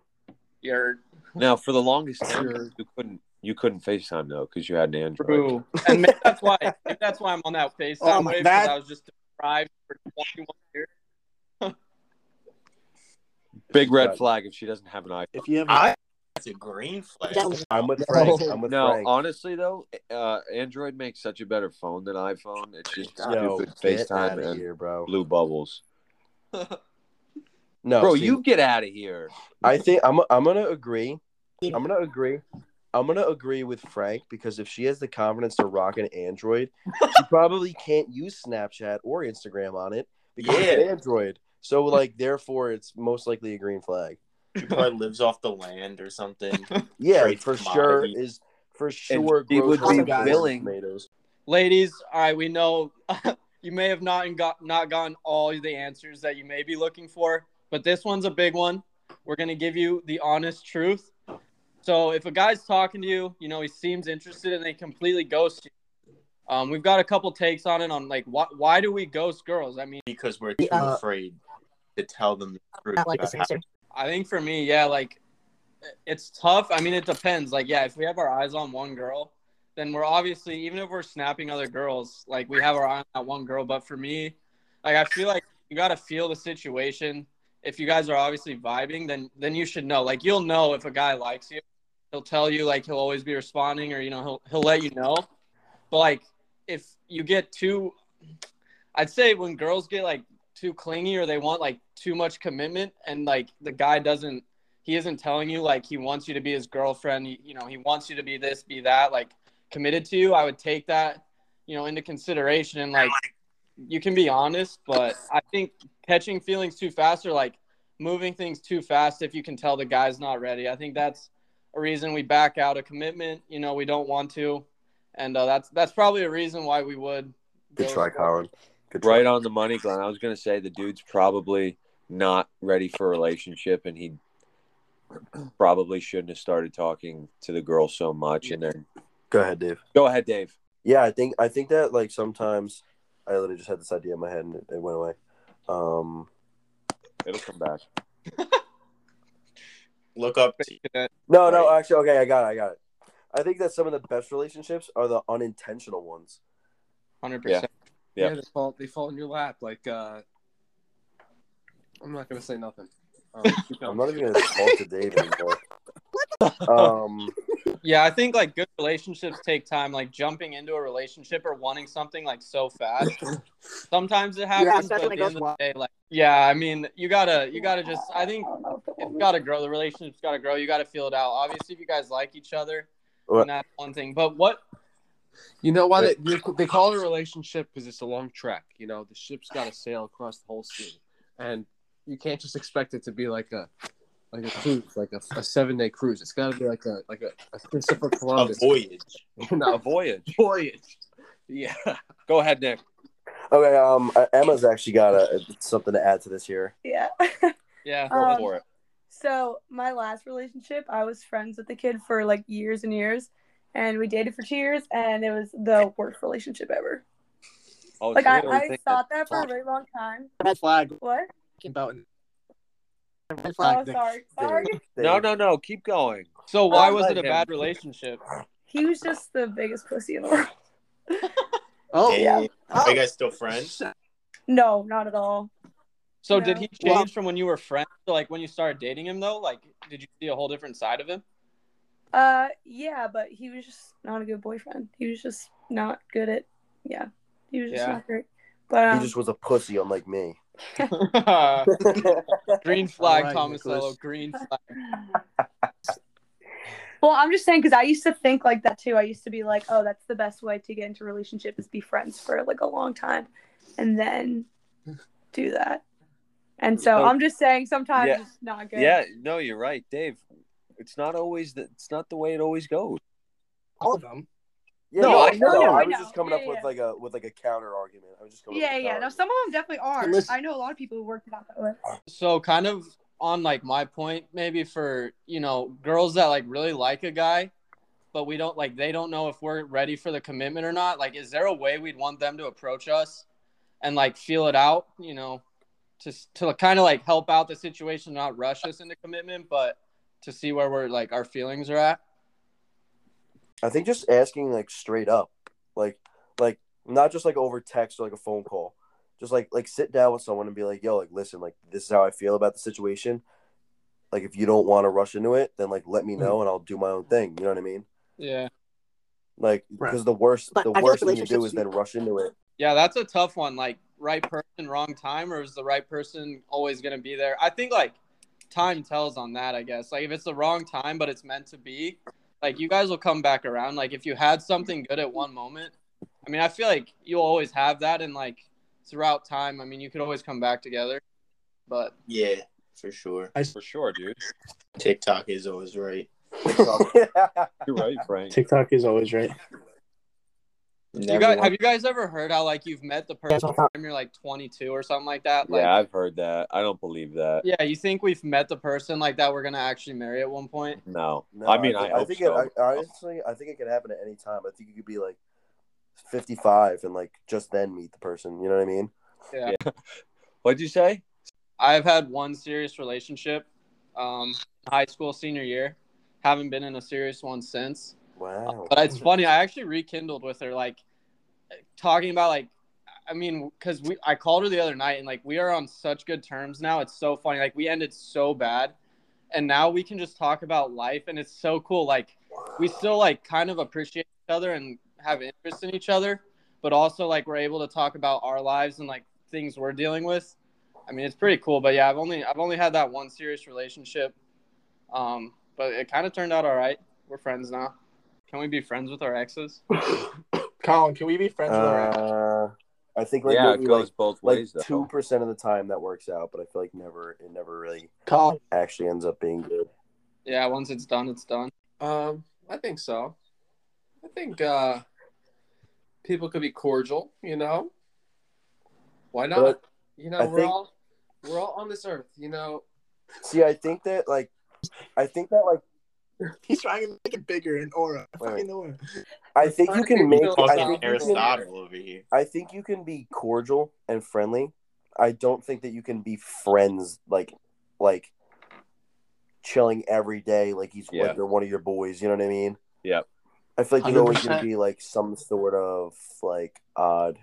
Speaker 3: You're
Speaker 2: Now, for the longest time, you couldn't you couldn't FaceTime though because you had an Android.
Speaker 3: true, and maybe that's why maybe that's why I'm on that FaceTime
Speaker 4: Oh my-
Speaker 3: wave because
Speaker 4: that-
Speaker 3: I was just deprived for 21 years.
Speaker 2: Big red flag if she doesn't have an iPhone.
Speaker 4: If you have,
Speaker 6: I, that's a green flag.
Speaker 5: I'm with Frank. I'm with
Speaker 2: No,
Speaker 5: Frank.
Speaker 2: honestly though, uh, Android makes such a better phone than iPhone. It's just
Speaker 5: Yo,
Speaker 2: stupid
Speaker 5: get
Speaker 2: FaceTime
Speaker 5: outta
Speaker 2: and
Speaker 5: here, bro.
Speaker 2: blue bubbles.
Speaker 5: No,
Speaker 2: Bro,
Speaker 5: see,
Speaker 2: you get out of here.
Speaker 5: I think I'm. I'm gonna agree. I'm gonna agree. I'm gonna agree with Frank because if she has the confidence to rock an Android, she probably can't use Snapchat or Instagram on it because it's
Speaker 6: Yeah.
Speaker 5: an Android. So like, therefore, it's most likely a green flag.
Speaker 6: She probably lives off the land or something.
Speaker 5: Yeah,
Speaker 6: Trade
Speaker 5: for
Speaker 6: commodity.
Speaker 5: sure is for
Speaker 2: And
Speaker 5: sure.
Speaker 2: she would be
Speaker 5: grocery stores and
Speaker 2: willing.
Speaker 5: tomatoes.
Speaker 3: Ladies, all right, we know you may have not got not gotten all the answers that you may be looking for, but this one's a big one. We're gonna give you the honest truth. So if a guy's talking to you, you know he seems interested, and they completely ghost you. Um, we've got a couple takes on it on like why why do we ghost girls? I mean,
Speaker 6: because we're too
Speaker 8: Uh,
Speaker 6: afraid to tell them the truth.
Speaker 8: Not like this
Speaker 6: about
Speaker 8: answer.
Speaker 3: I think for me, yeah, like it's tough. I mean, it depends. Like, yeah, if we have our eyes on one girl, then we're obviously even if we're snapping other girls, like we have our eye on that one girl. But for me, like I feel like you gotta feel the situation. If you guys are obviously vibing, then then you should know. Like you'll know if a guy likes you. He'll tell you like he'll always be responding, or you know he'll he'll let you know. But like if you get too, I'd say when girls get like too clingy or they want like too much commitment and like the guy doesn't he isn't telling you like he wants you to be his girlfriend you, you know he wants you to be this be that like committed to you i would take that you know into consideration and like you can be honest but i think catching feelings too fast or like moving things too fast if you can tell the guy's not ready i think that's a reason we back out of commitment you know we don't want to and uh, that's that's probably a reason why we would
Speaker 5: Good
Speaker 3: go-
Speaker 5: try, Colin. Good try.
Speaker 2: Right on the money, Glenn. I was gonna say the dude's probably not ready for a relationship, and he probably shouldn't have started talking to the girl so much. And then
Speaker 5: Go ahead, Dave.
Speaker 2: go ahead, Dave.
Speaker 5: Yeah, I think I think that like sometimes I literally just had this idea in my head and it, it went away. Um,
Speaker 2: It'll come back.
Speaker 6: Look up to
Speaker 5: no, no,
Speaker 6: Right.
Speaker 5: actually, okay, I got it, I got it. I think that some of the best relationships are the unintentional ones.
Speaker 3: 100%
Speaker 2: Yeah.
Speaker 7: they fall they fall in your lap. Like uh, I'm not gonna say nothing. Um, keep
Speaker 5: I'm
Speaker 7: going.
Speaker 5: not even gonna talk to Dave anymore. Um,
Speaker 3: Yeah, I think like good relationships take time. Like jumping into a relationship or wanting something like so fast, sometimes it happens. but
Speaker 8: especially
Speaker 3: at the end of
Speaker 8: girls
Speaker 3: the day, like yeah, I mean, you gotta you gotta just. I think it's gotta grow. The relationship's gotta grow. You gotta feel it out. Obviously, if you guys like each other,
Speaker 5: What?
Speaker 3: then that's one thing. But what?
Speaker 7: You know why they, they- they call it a relationship because it's a long trek. You know, the ship's got to sail across the whole sea, and you can't just expect it to be like a like a cruise, like a, a seven day cruise. It's got to be like a like a, a Christopher
Speaker 6: a
Speaker 7: Columbus
Speaker 6: voyage.
Speaker 2: A
Speaker 9: Oh.
Speaker 7: no,
Speaker 2: voyage.
Speaker 7: voyage. Yeah,
Speaker 2: Go ahead, Nick.
Speaker 5: okay, um, uh, Emma's actually got a, something to add to this here.
Speaker 9: Yeah.
Speaker 3: Yeah,
Speaker 2: Go
Speaker 9: Um,
Speaker 2: for it.
Speaker 9: So my last relationship, I was friends with the kid for like years and years, and we dated for two years, and it was the worst relationship ever.
Speaker 2: Oh,
Speaker 9: Like I,
Speaker 2: so we
Speaker 9: I
Speaker 2: think that-
Speaker 9: thought that for a very long time.
Speaker 4: red flag
Speaker 9: What?
Speaker 4: about. Red
Speaker 9: Oh,
Speaker 4: flag.
Speaker 9: sorry, sorry.
Speaker 2: no, no, no. Keep going.
Speaker 3: so why
Speaker 9: um,
Speaker 3: was it a
Speaker 2: him.
Speaker 3: bad relationship?
Speaker 9: He was just the biggest pussy in the world.
Speaker 4: Oh,
Speaker 6: Yeah. Are you
Speaker 4: oh.
Speaker 6: guys still friends?
Speaker 9: No, not at all.
Speaker 3: So
Speaker 9: No.
Speaker 3: did he change from when you were friends to like when you started dating him though? Like, did you see a whole different side of him?
Speaker 9: Uh, yeah, but he was just not a good boyfriend. He was just not good at. Yeah, he was just
Speaker 3: Yeah.
Speaker 9: not great. But um,
Speaker 5: He just was a pussy, unlike me.
Speaker 3: green flag,
Speaker 4: All right,
Speaker 3: Thomas
Speaker 4: Nicholas.
Speaker 3: Hello, green flag.
Speaker 9: Well, I'm just saying because I used to think like that too. I used to be like, oh, that's the best way to get into a relationship is be friends for like a long time, and then do that. And so
Speaker 2: Oh.
Speaker 9: I'm just saying sometimes
Speaker 2: Yeah.
Speaker 9: it's not good.
Speaker 2: Yeah, no, you're right, Dave. It's not always that. It's not the way it always goes.
Speaker 4: all of them.
Speaker 5: Yeah,
Speaker 2: No, I know.
Speaker 5: I
Speaker 9: I
Speaker 5: was
Speaker 9: know.
Speaker 5: just coming
Speaker 9: Yeah,
Speaker 5: up with
Speaker 9: yeah.
Speaker 5: like a with like a counter argument. I was just coming. up
Speaker 9: yeah,
Speaker 5: with a
Speaker 9: yeah.
Speaker 5: counter
Speaker 9: No,
Speaker 5: argument.
Speaker 9: some of them definitely are.
Speaker 4: Listen-
Speaker 9: I know a lot of people who worked it out that way.
Speaker 3: so kind of on like my point maybe for you know girls that like really like a guy but we don't like they don't know if we're ready for the commitment or not like is there a way we'd want them to approach us and like feel it out you know to to kind of like help out the situation not rush us into commitment but to see where we're like our feelings are at?
Speaker 5: I think just asking like straight up, like like not just like over text or like a phone call, just like like sit down with someone and be like, yo, like listen, like this is how I feel about the situation. Like if you don't want to rush into it, then like let me know and I'll do my own thing. You know what I mean?
Speaker 3: Yeah.
Speaker 5: Like because the worst
Speaker 10: But
Speaker 5: the
Speaker 10: I feel like
Speaker 5: worst thing you do
Speaker 10: relationships-
Speaker 5: is then rush into it.
Speaker 3: Yeah, that's a tough one. Like right person, wrong time, or is the right person always gonna be there? I think like time tells on that, I guess. Like if it's the wrong time but it's meant to be, like you guys will come back around. Like if you had something good at one moment, I mean I feel like you'll always have that and like throughout time, I mean you could always come back together. But
Speaker 6: Yeah, for sure.
Speaker 2: for sure, dude.
Speaker 6: TikTok is always right.
Speaker 2: You're right, Frank.
Speaker 4: TikTok is always right.
Speaker 3: you guys have you guys ever heard how like you've met the person
Speaker 10: That's all.
Speaker 3: when you're like twenty two or something like that? Like
Speaker 2: Yeah, I've heard that. I don't believe that.
Speaker 3: yeah, you think we've met the person like that we're gonna actually marry at one point?
Speaker 2: No.
Speaker 5: No,
Speaker 2: I mean, I,
Speaker 5: thi-
Speaker 2: hope
Speaker 5: think
Speaker 2: so.
Speaker 5: it, I, honestly, I think it could happen at any time. I think you could be like 55 and like just then meet the person. You know what I mean?
Speaker 2: What'd you say?
Speaker 3: I've had one serious relationship, um, high school senior year. Haven't been in a serious one since.
Speaker 5: Wow.
Speaker 3: But it's funny. I actually rekindled with her, like talking about like, I mean, because we I called her the other night and like we are on such good terms now. It's so funny. Like we ended so bad, and now we can just talk about life, and it's so cool. Like we still like kind of appreciate each other and have interest in each other, but also like we're able to talk about our lives and like things we're dealing with. I mean, it's pretty cool. But yeah, I've only I've only had that one serious relationship, um, but it kind of turned out all right. We're friends now. Can we be friends with our exes?
Speaker 4: Colin, can we be friends with our
Speaker 5: Uh, I think like
Speaker 2: yeah, it
Speaker 5: maybe
Speaker 2: goes
Speaker 5: like
Speaker 2: both
Speaker 5: like
Speaker 2: ways
Speaker 5: two
Speaker 2: though.
Speaker 5: percent of the time that works out, but I feel like never it never really
Speaker 4: Colin?
Speaker 5: actually ends up being good.
Speaker 3: Yeah, once it's done, it's done.
Speaker 7: Um, I think so. I think uh, people could be cordial. You know, why not?
Speaker 5: But
Speaker 7: you know,
Speaker 5: I
Speaker 7: we're
Speaker 5: think-
Speaker 7: all we're all on this earth. You know,
Speaker 5: See, I think that like, I think that like,
Speaker 4: He's trying to make it bigger in aura.
Speaker 5: Wait, wait.
Speaker 4: Fucking aura.
Speaker 5: I think you can make. I
Speaker 6: Fucking
Speaker 5: think you can,
Speaker 6: Aristotle over here.
Speaker 5: I think you can be cordial and friendly. I don't think that you can be friends like like chilling every day like he's
Speaker 2: Yeah.
Speaker 5: like they're one of your boys. You know what I mean?
Speaker 2: Yep.
Speaker 5: I feel like you always gonna
Speaker 4: 100%.
Speaker 5: be like some sort of like odd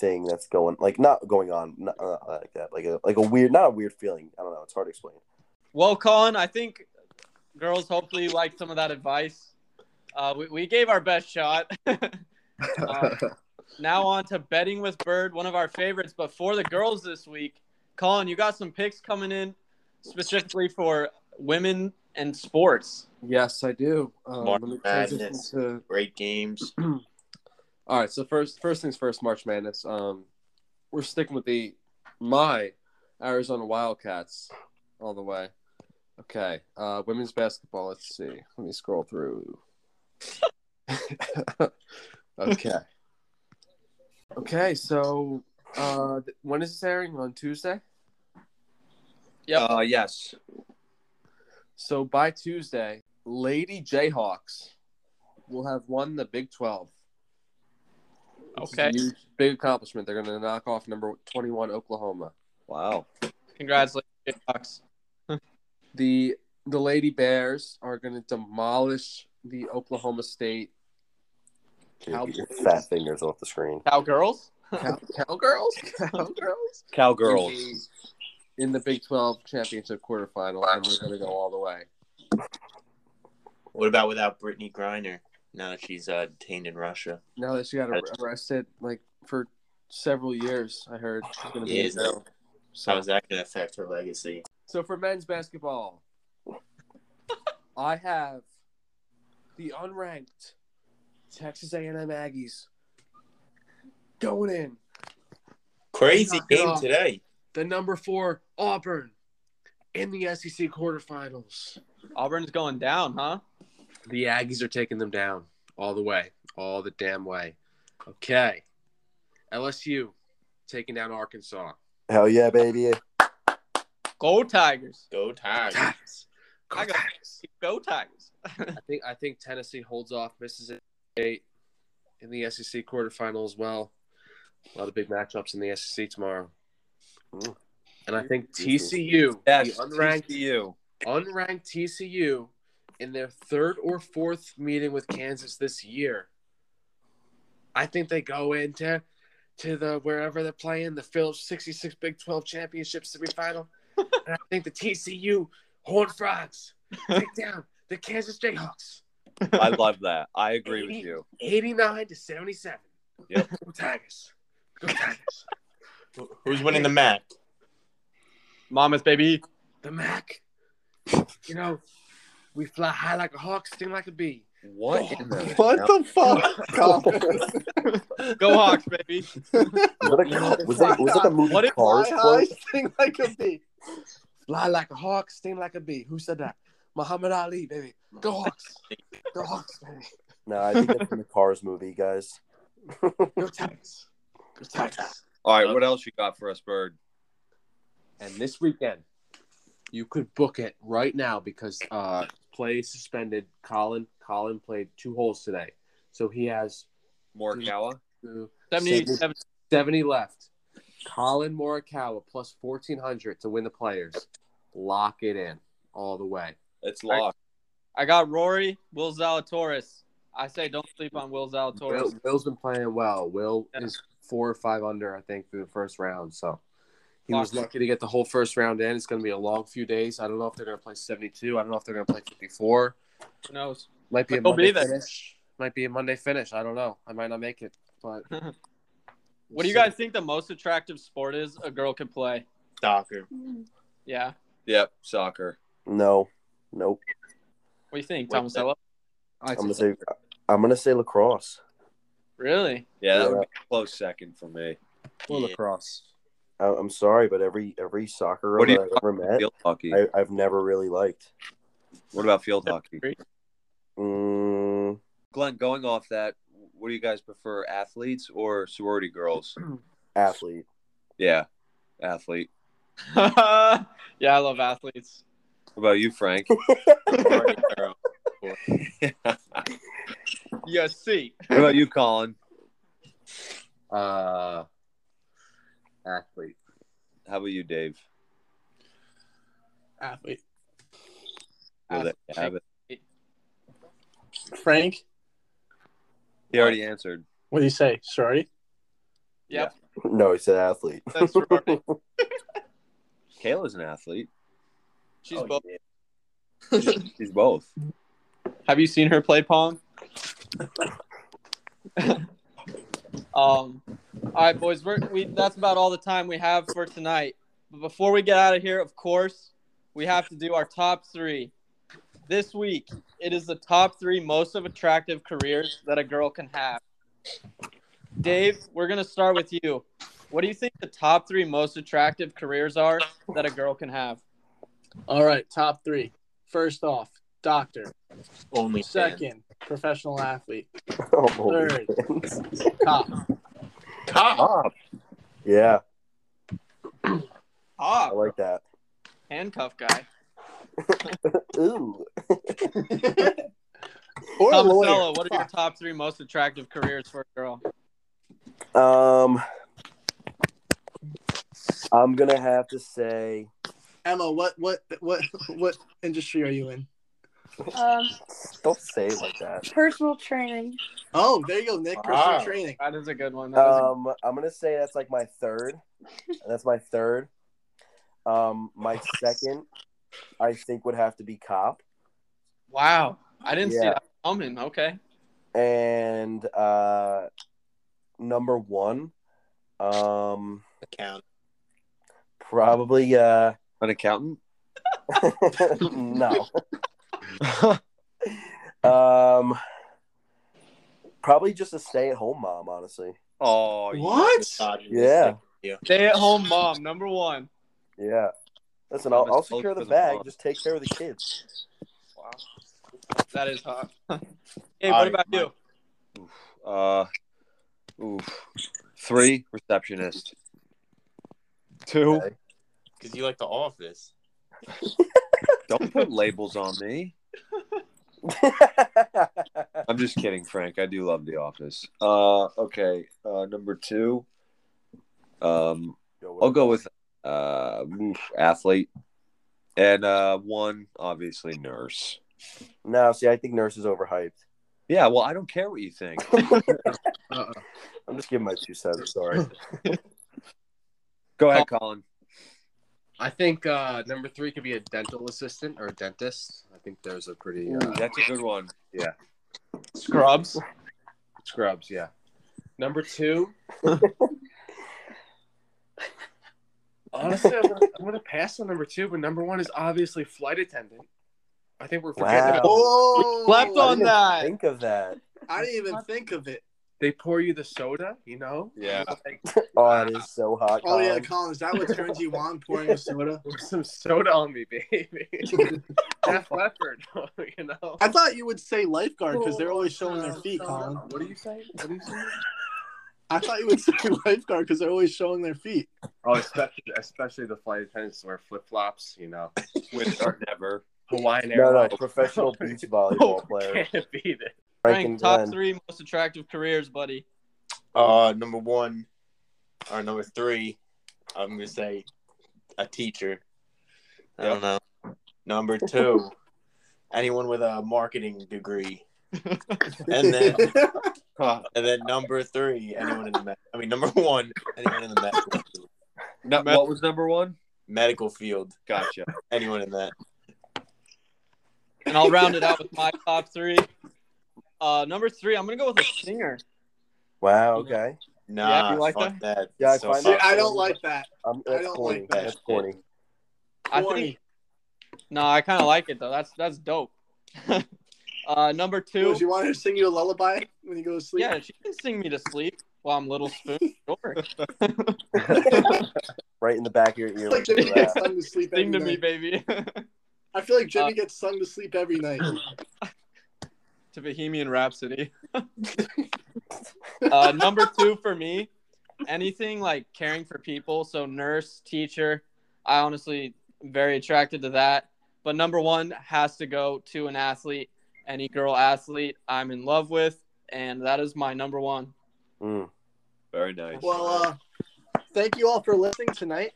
Speaker 5: thing that's going like not going on not, uh, like that like a like a weird not a weird feeling. I don't know. It's hard to explain.
Speaker 3: Well, Colin, I think girls hopefully like some of that advice. Uh, we, we gave our best shot. Uh, now on to betting with Bird, one of our favorites, but for the girls this week. Colin, you got some picks coming in specifically for women and sports.
Speaker 7: yes, I do. Um,
Speaker 6: March
Speaker 7: let me
Speaker 6: Madness.
Speaker 7: transition to-
Speaker 6: Great games.
Speaker 7: All right, so first first things first, March Madness. Um, we're sticking with the my Arizona Wildcats all the way. Okay, uh, women's basketball. Let's see. Let me scroll through. okay. Okay, so uh, th- when is this airing on Tuesday?
Speaker 3: Yep.
Speaker 2: Uh, yes.
Speaker 7: So by Tuesday, Lady Jayhawks will have won the Big Twelve. This is a
Speaker 3: Okay.
Speaker 7: huge- big accomplishment. They're going to knock off number 21 Oklahoma.
Speaker 2: Wow.
Speaker 3: Congratulations, Jayhawks.
Speaker 7: The the Lady Bears are going to demolish the Oklahoma State
Speaker 5: Get your
Speaker 7: Cowboys.
Speaker 5: fat fingers off the screen.
Speaker 3: Cowgirls.
Speaker 7: Cow- Cowgirls? Cowgirls?
Speaker 2: Cowgirls.
Speaker 7: In the Big 12 championship quarterfinal, and they're going to go all the way.
Speaker 6: What about without Brittany Griner? Now that she's uh, detained in Russia.
Speaker 7: Now that she got ar- arrested, like, for several years, I heard she's going to be in
Speaker 6: Years.
Speaker 7: jail.
Speaker 6: How
Speaker 7: So,
Speaker 6: is that going to affect her legacy?
Speaker 7: so for men's basketball, I have the unranked Texas A&M Aggies going in
Speaker 6: Crazy game
Speaker 7: Yeah.
Speaker 6: today.
Speaker 7: the number four Auburn in the SEC quarterfinals.
Speaker 3: Auburn's going down, huh?
Speaker 7: The Aggies are taking them down all the way, all the damn way. Okay, LSU taking down Arkansas.
Speaker 5: Hell yeah, baby.
Speaker 3: Go Tigers.
Speaker 6: Go Tigers.
Speaker 7: Tigers. Go
Speaker 3: I got-
Speaker 7: Tigers.
Speaker 3: Go Tigers.
Speaker 7: I think I think Tennessee holds off Mississippi State in the SEC quarterfinal as well. A lot of big matchups in the SEC tomorrow.
Speaker 5: Ooh.
Speaker 7: And I think
Speaker 5: Excuse
Speaker 7: TCU,
Speaker 2: Yes.
Speaker 7: the unranked
Speaker 2: TCU.
Speaker 7: unranked TCU in their third or fourth meeting with Kansas this year. I think they go into to the wherever they're playing the Phillips 66 Big 12 Championship semifinal. and I think the TCU Horned Frogs take down the Kansas Jayhawks
Speaker 2: I love that. I agree with you.
Speaker 7: 89 to 77.
Speaker 2: Yep.
Speaker 7: Go Tigers. Go Tigers.
Speaker 6: Who's winning the MAC?
Speaker 3: Mama's baby.
Speaker 7: the Mac. You know, we fly high like a hawk, sting like a bee.
Speaker 2: What? in the-
Speaker 4: What the fuck?
Speaker 3: Go Hawks, baby.
Speaker 1: Was that, a, was that, was that the movie
Speaker 3: What if
Speaker 1: Cars?
Speaker 4: Fly
Speaker 1: quote?
Speaker 4: high, sting like a bee.
Speaker 7: Fly like a hawk, sting like a bee. Who said that? Muhammad Ali, baby. Go Hawks. Go Hawks, baby.
Speaker 1: No, I think that's from the Cars movie, guys.
Speaker 7: Go Tigers. Go Tigers.
Speaker 2: All right, what else you got for us, Bird?
Speaker 7: And this weekend, you could book it right now because uh, play suspended. Colin Colin played two holes today, so he has
Speaker 2: Morikawa?
Speaker 7: two,
Speaker 3: 77.
Speaker 7: 70 left. Colin Morikawa plus 1400 to win the players. Lock it in all the way.
Speaker 2: It's locked.
Speaker 3: I got Rory, Will Zalatoris. I say don't sleep on Will Zalatoris.
Speaker 7: Will, Will's been playing well. Will
Speaker 3: Yeah.
Speaker 7: is four or five under, I think, through the first round. So he was
Speaker 3: Lock it.
Speaker 7: lucky to get the whole first round in. It's going to be a long few days. I don't know if they're going to play 72. I don't know if they're going to play 54.
Speaker 3: Who knows?
Speaker 7: Might be a
Speaker 3: They'll be
Speaker 7: Monday
Speaker 3: there.
Speaker 7: finish. Might be a Monday finish. I don't know. I might not make it. But
Speaker 3: What do you guys think the most attractive sport is a girl can play?
Speaker 6: Soccer.
Speaker 3: Yeah.
Speaker 2: Yep, soccer.
Speaker 1: No, nope.
Speaker 3: What do you think,
Speaker 6: Wait,
Speaker 3: Thomas? Ella?
Speaker 7: I
Speaker 1: I'm gonna say I'm gonna say lacrosse.
Speaker 3: Really?
Speaker 2: Yeah, that
Speaker 1: Yeah.
Speaker 2: would be a close second for me.
Speaker 7: Well,
Speaker 6: Yeah.
Speaker 7: lacrosse.
Speaker 1: I, I'm sorry, but every every soccer
Speaker 2: What do
Speaker 1: that
Speaker 2: you
Speaker 1: I've ever met,
Speaker 2: Field hockey.
Speaker 1: I, I've never really liked.
Speaker 2: What about field hockey?
Speaker 1: Mm,
Speaker 2: Glenn, going off that, what do you guys prefer, athletes or sorority girls?
Speaker 1: athlete.
Speaker 2: Yeah, athlete.
Speaker 3: yeah, I love athletes.
Speaker 2: What about you, Frank? what
Speaker 3: Yeah, see.
Speaker 2: about you, Colin?
Speaker 7: Uh, athlete.
Speaker 2: How about you, Dave?
Speaker 4: Athlete.
Speaker 2: Well, there you have it.
Speaker 4: Frank,
Speaker 2: He already answered.
Speaker 4: what do you say? Sorry.
Speaker 3: Yep.
Speaker 1: No, he said athlete.
Speaker 3: That's sorority.
Speaker 2: Kayla's an athlete. Oh,
Speaker 3: She's both.
Speaker 2: She's both.
Speaker 3: Have you seen her play pong? um, all right, boys. We're, we that's about all the time we have for tonight. But before we get out of here, of course, we have to do our top three. This week, it is the top three most of attractive careers that a girl can have. Dave, we're gonna start with you. What do you think the top three most attractive careers are that a girl can have?
Speaker 4: All right, top three. First off, doctor.
Speaker 6: Only fan.
Speaker 4: Second, professional athlete.
Speaker 1: Oh,
Speaker 4: Third, cop.
Speaker 1: Top. Yeah, I
Speaker 3: Ah,
Speaker 1: like that.
Speaker 3: handcuff guy.
Speaker 1: Ooh,
Speaker 4: Or a lawyer.
Speaker 3: Tomasello, what are your top three most attractive careers for a girl?
Speaker 1: um, I'm gonna have to say
Speaker 4: Emma, what what what what industry are you in?
Speaker 9: Um,
Speaker 1: don't say it like that.
Speaker 9: personal training.
Speaker 4: Oh, there you go, Nick. Personal
Speaker 6: Wow.
Speaker 4: training.
Speaker 3: That is a good one. That is a-
Speaker 1: Um, I'm gonna say that's like my third. That's my third. Um, my second, I think would have to be cop,
Speaker 3: wow, I didn't see
Speaker 1: Yeah.
Speaker 3: that coming. Okay,
Speaker 1: and uh, number one, um,
Speaker 6: Account.
Speaker 1: probably uh,
Speaker 2: An accountant?
Speaker 1: no, um, probably just a stay-at-home mom, honestly.
Speaker 2: Oh,
Speaker 4: What?
Speaker 1: Yeah,
Speaker 3: stay-at-home mom number one.
Speaker 1: yeah. Listen, I'll, I'll secure the bag. Just take care of the kids.
Speaker 3: Wow, that is hot. hey, what
Speaker 6: I-
Speaker 3: about you?
Speaker 2: Uh, oof. Three receptionist. Two.
Speaker 1: Okay.
Speaker 6: Because you like the office.
Speaker 2: Don't put labels on me. I'm just kidding, Frank. I do love The Office. Uh, okay. Uh, number two. Um, I'll go with uh, oof, athlete. and uh, one obviously nurse.
Speaker 5: No, see, I think nurse is overhyped.
Speaker 2: Yeah, well, I don't care what you think.
Speaker 7: Uh-uh.
Speaker 5: I'm just giving my two cents. Sorry.
Speaker 2: Go ahead, Colin.
Speaker 7: I think uh, number three could be a dental assistant or a dentist. I think there's a pretty uh,
Speaker 2: That's a good one.
Speaker 3: Scrubs.
Speaker 7: scrubs. Yeah. Number two. Honestly, I'm gonna, I'm gonna pass on number two, but number one is obviously flight attendant. I think we're forgetting
Speaker 5: Wow.
Speaker 7: about
Speaker 4: Whoa!
Speaker 3: Slept
Speaker 4: I
Speaker 3: on
Speaker 4: didn't-
Speaker 3: that.
Speaker 5: Think of that.
Speaker 4: I didn't even think of it.
Speaker 7: they pour you the soda, you know?
Speaker 2: Yeah.
Speaker 7: Like,
Speaker 5: Oh, it is so hot.
Speaker 4: Oh yeah,
Speaker 1: Um,
Speaker 5: Colin.
Speaker 4: Colin, is that what turns you on? Pouring a soda.
Speaker 7: pour some soda on me, baby. Def Leppard, you know?
Speaker 4: I thought you would say lifeguard because they're always showing their feet, Colin.
Speaker 7: What do you say? What do you say?
Speaker 4: I thought you would say lifeguard because they're always showing their feet.
Speaker 7: Oh, especially especially the flight attendants wear flip flops, you know,
Speaker 2: With or never.
Speaker 7: Hawaiian
Speaker 5: No, no,
Speaker 7: Airlines.
Speaker 4: Oh.
Speaker 5: professional beach volleyball player.
Speaker 7: Can't beat it.
Speaker 5: Frank
Speaker 3: Frank,
Speaker 5: and
Speaker 3: top
Speaker 5: Glenn.
Speaker 3: three most attractive careers, buddy.
Speaker 6: Uh, number one or number three, I'm gonna say a teacher. I don't know. Number two, anyone with a marketing degree, and then and then number three, anyone in the med- I mean number one, anyone in the medical field.
Speaker 2: No, what was number one?
Speaker 6: medical field.
Speaker 2: Gotcha.
Speaker 6: Anyone in that?
Speaker 3: And I'll round it out with my top three. Uh, number three, I'm gonna go with a singer.
Speaker 5: Wow. Okay.
Speaker 6: Nah,
Speaker 3: Yeah, you like
Speaker 6: fuck that.
Speaker 5: Yeah, I
Speaker 6: So
Speaker 5: find
Speaker 4: Dude,
Speaker 5: that-
Speaker 4: I don't like that.
Speaker 5: Um,
Speaker 4: I
Speaker 5: that's
Speaker 4: don't
Speaker 5: corny.
Speaker 4: like that.
Speaker 5: That's corny.
Speaker 3: I think
Speaker 4: Corny.
Speaker 3: no, I kind of like it though. That's that's dope. uh, number two,
Speaker 4: Dude, you want her to sing you a lullaby when you go to sleep?
Speaker 3: yeah, she can sing me to sleep while I'm little spoon. Sure,
Speaker 5: Right in the back of your ear.
Speaker 4: I feel like Jimmy gets sung to sleep every
Speaker 3: sing to
Speaker 4: night.
Speaker 3: me, baby.
Speaker 4: I feel like Jimmy
Speaker 3: Uh,
Speaker 4: gets sung to sleep every night.
Speaker 3: to Bohemian Rhapsody. uh, number two for me, anything like caring for people. So nurse, teacher, I honestly am very attracted to that. But number one has to go to an athlete, any girl athlete I'm in love with, and that is my number one.
Speaker 5: Mm.
Speaker 2: Very nice.
Speaker 4: Well, uh, thank you all for listening tonight.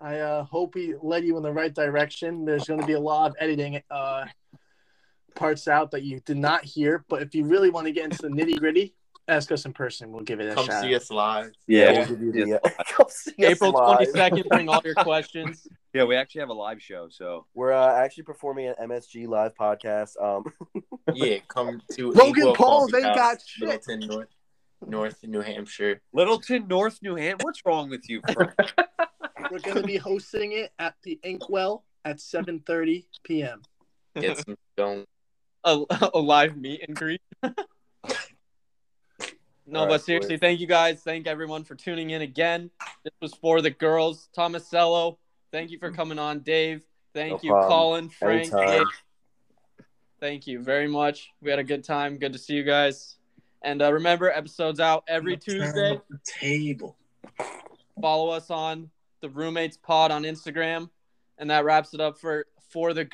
Speaker 4: I uh, hope we led you in the right direction. There's going to be a lot of editing uh, parts out that you did not hear, but if you really want to get into the nitty gritty, ask us in person. We'll give it a
Speaker 6: Come
Speaker 4: shot.
Speaker 6: see us live.
Speaker 2: yeah,
Speaker 5: We'll
Speaker 2: yeah.
Speaker 5: give you the, uh, come see us
Speaker 3: April
Speaker 5: live.
Speaker 3: twenty second, bring all your questions.
Speaker 2: we actually have a live show, so
Speaker 5: We're uh, actually performing an MSG live podcast. Um,
Speaker 6: Yeah, come to
Speaker 4: Logan
Speaker 6: Equal
Speaker 4: Paul's
Speaker 6: Coffee
Speaker 4: ain't
Speaker 6: House,
Speaker 4: got shit.
Speaker 6: Littleton, North, North New Hampshire.
Speaker 2: Littleton, North New Hampshire. What's wrong with you? Frank?
Speaker 4: We're going to be hosting it at the Inkwell at 7:30 p.m.
Speaker 6: Get some stone.
Speaker 3: A, a live meet and greet. No,
Speaker 5: All right,
Speaker 3: but seriously, thank you guys. Thank everyone for tuning in again. This was for the girls. Tomasello, thank you for coming on. Dave, thank
Speaker 5: No
Speaker 3: you.
Speaker 5: problem.
Speaker 3: Colin, Frank,
Speaker 5: Anytime.
Speaker 3: Nick, thank you very much. We had a good time. Good to see you guys. And uh, remember, episodes out every Tuesday.
Speaker 4: Table.
Speaker 3: Follow us on the Roommates Pod on Instagram. And that wraps it up for for the girls.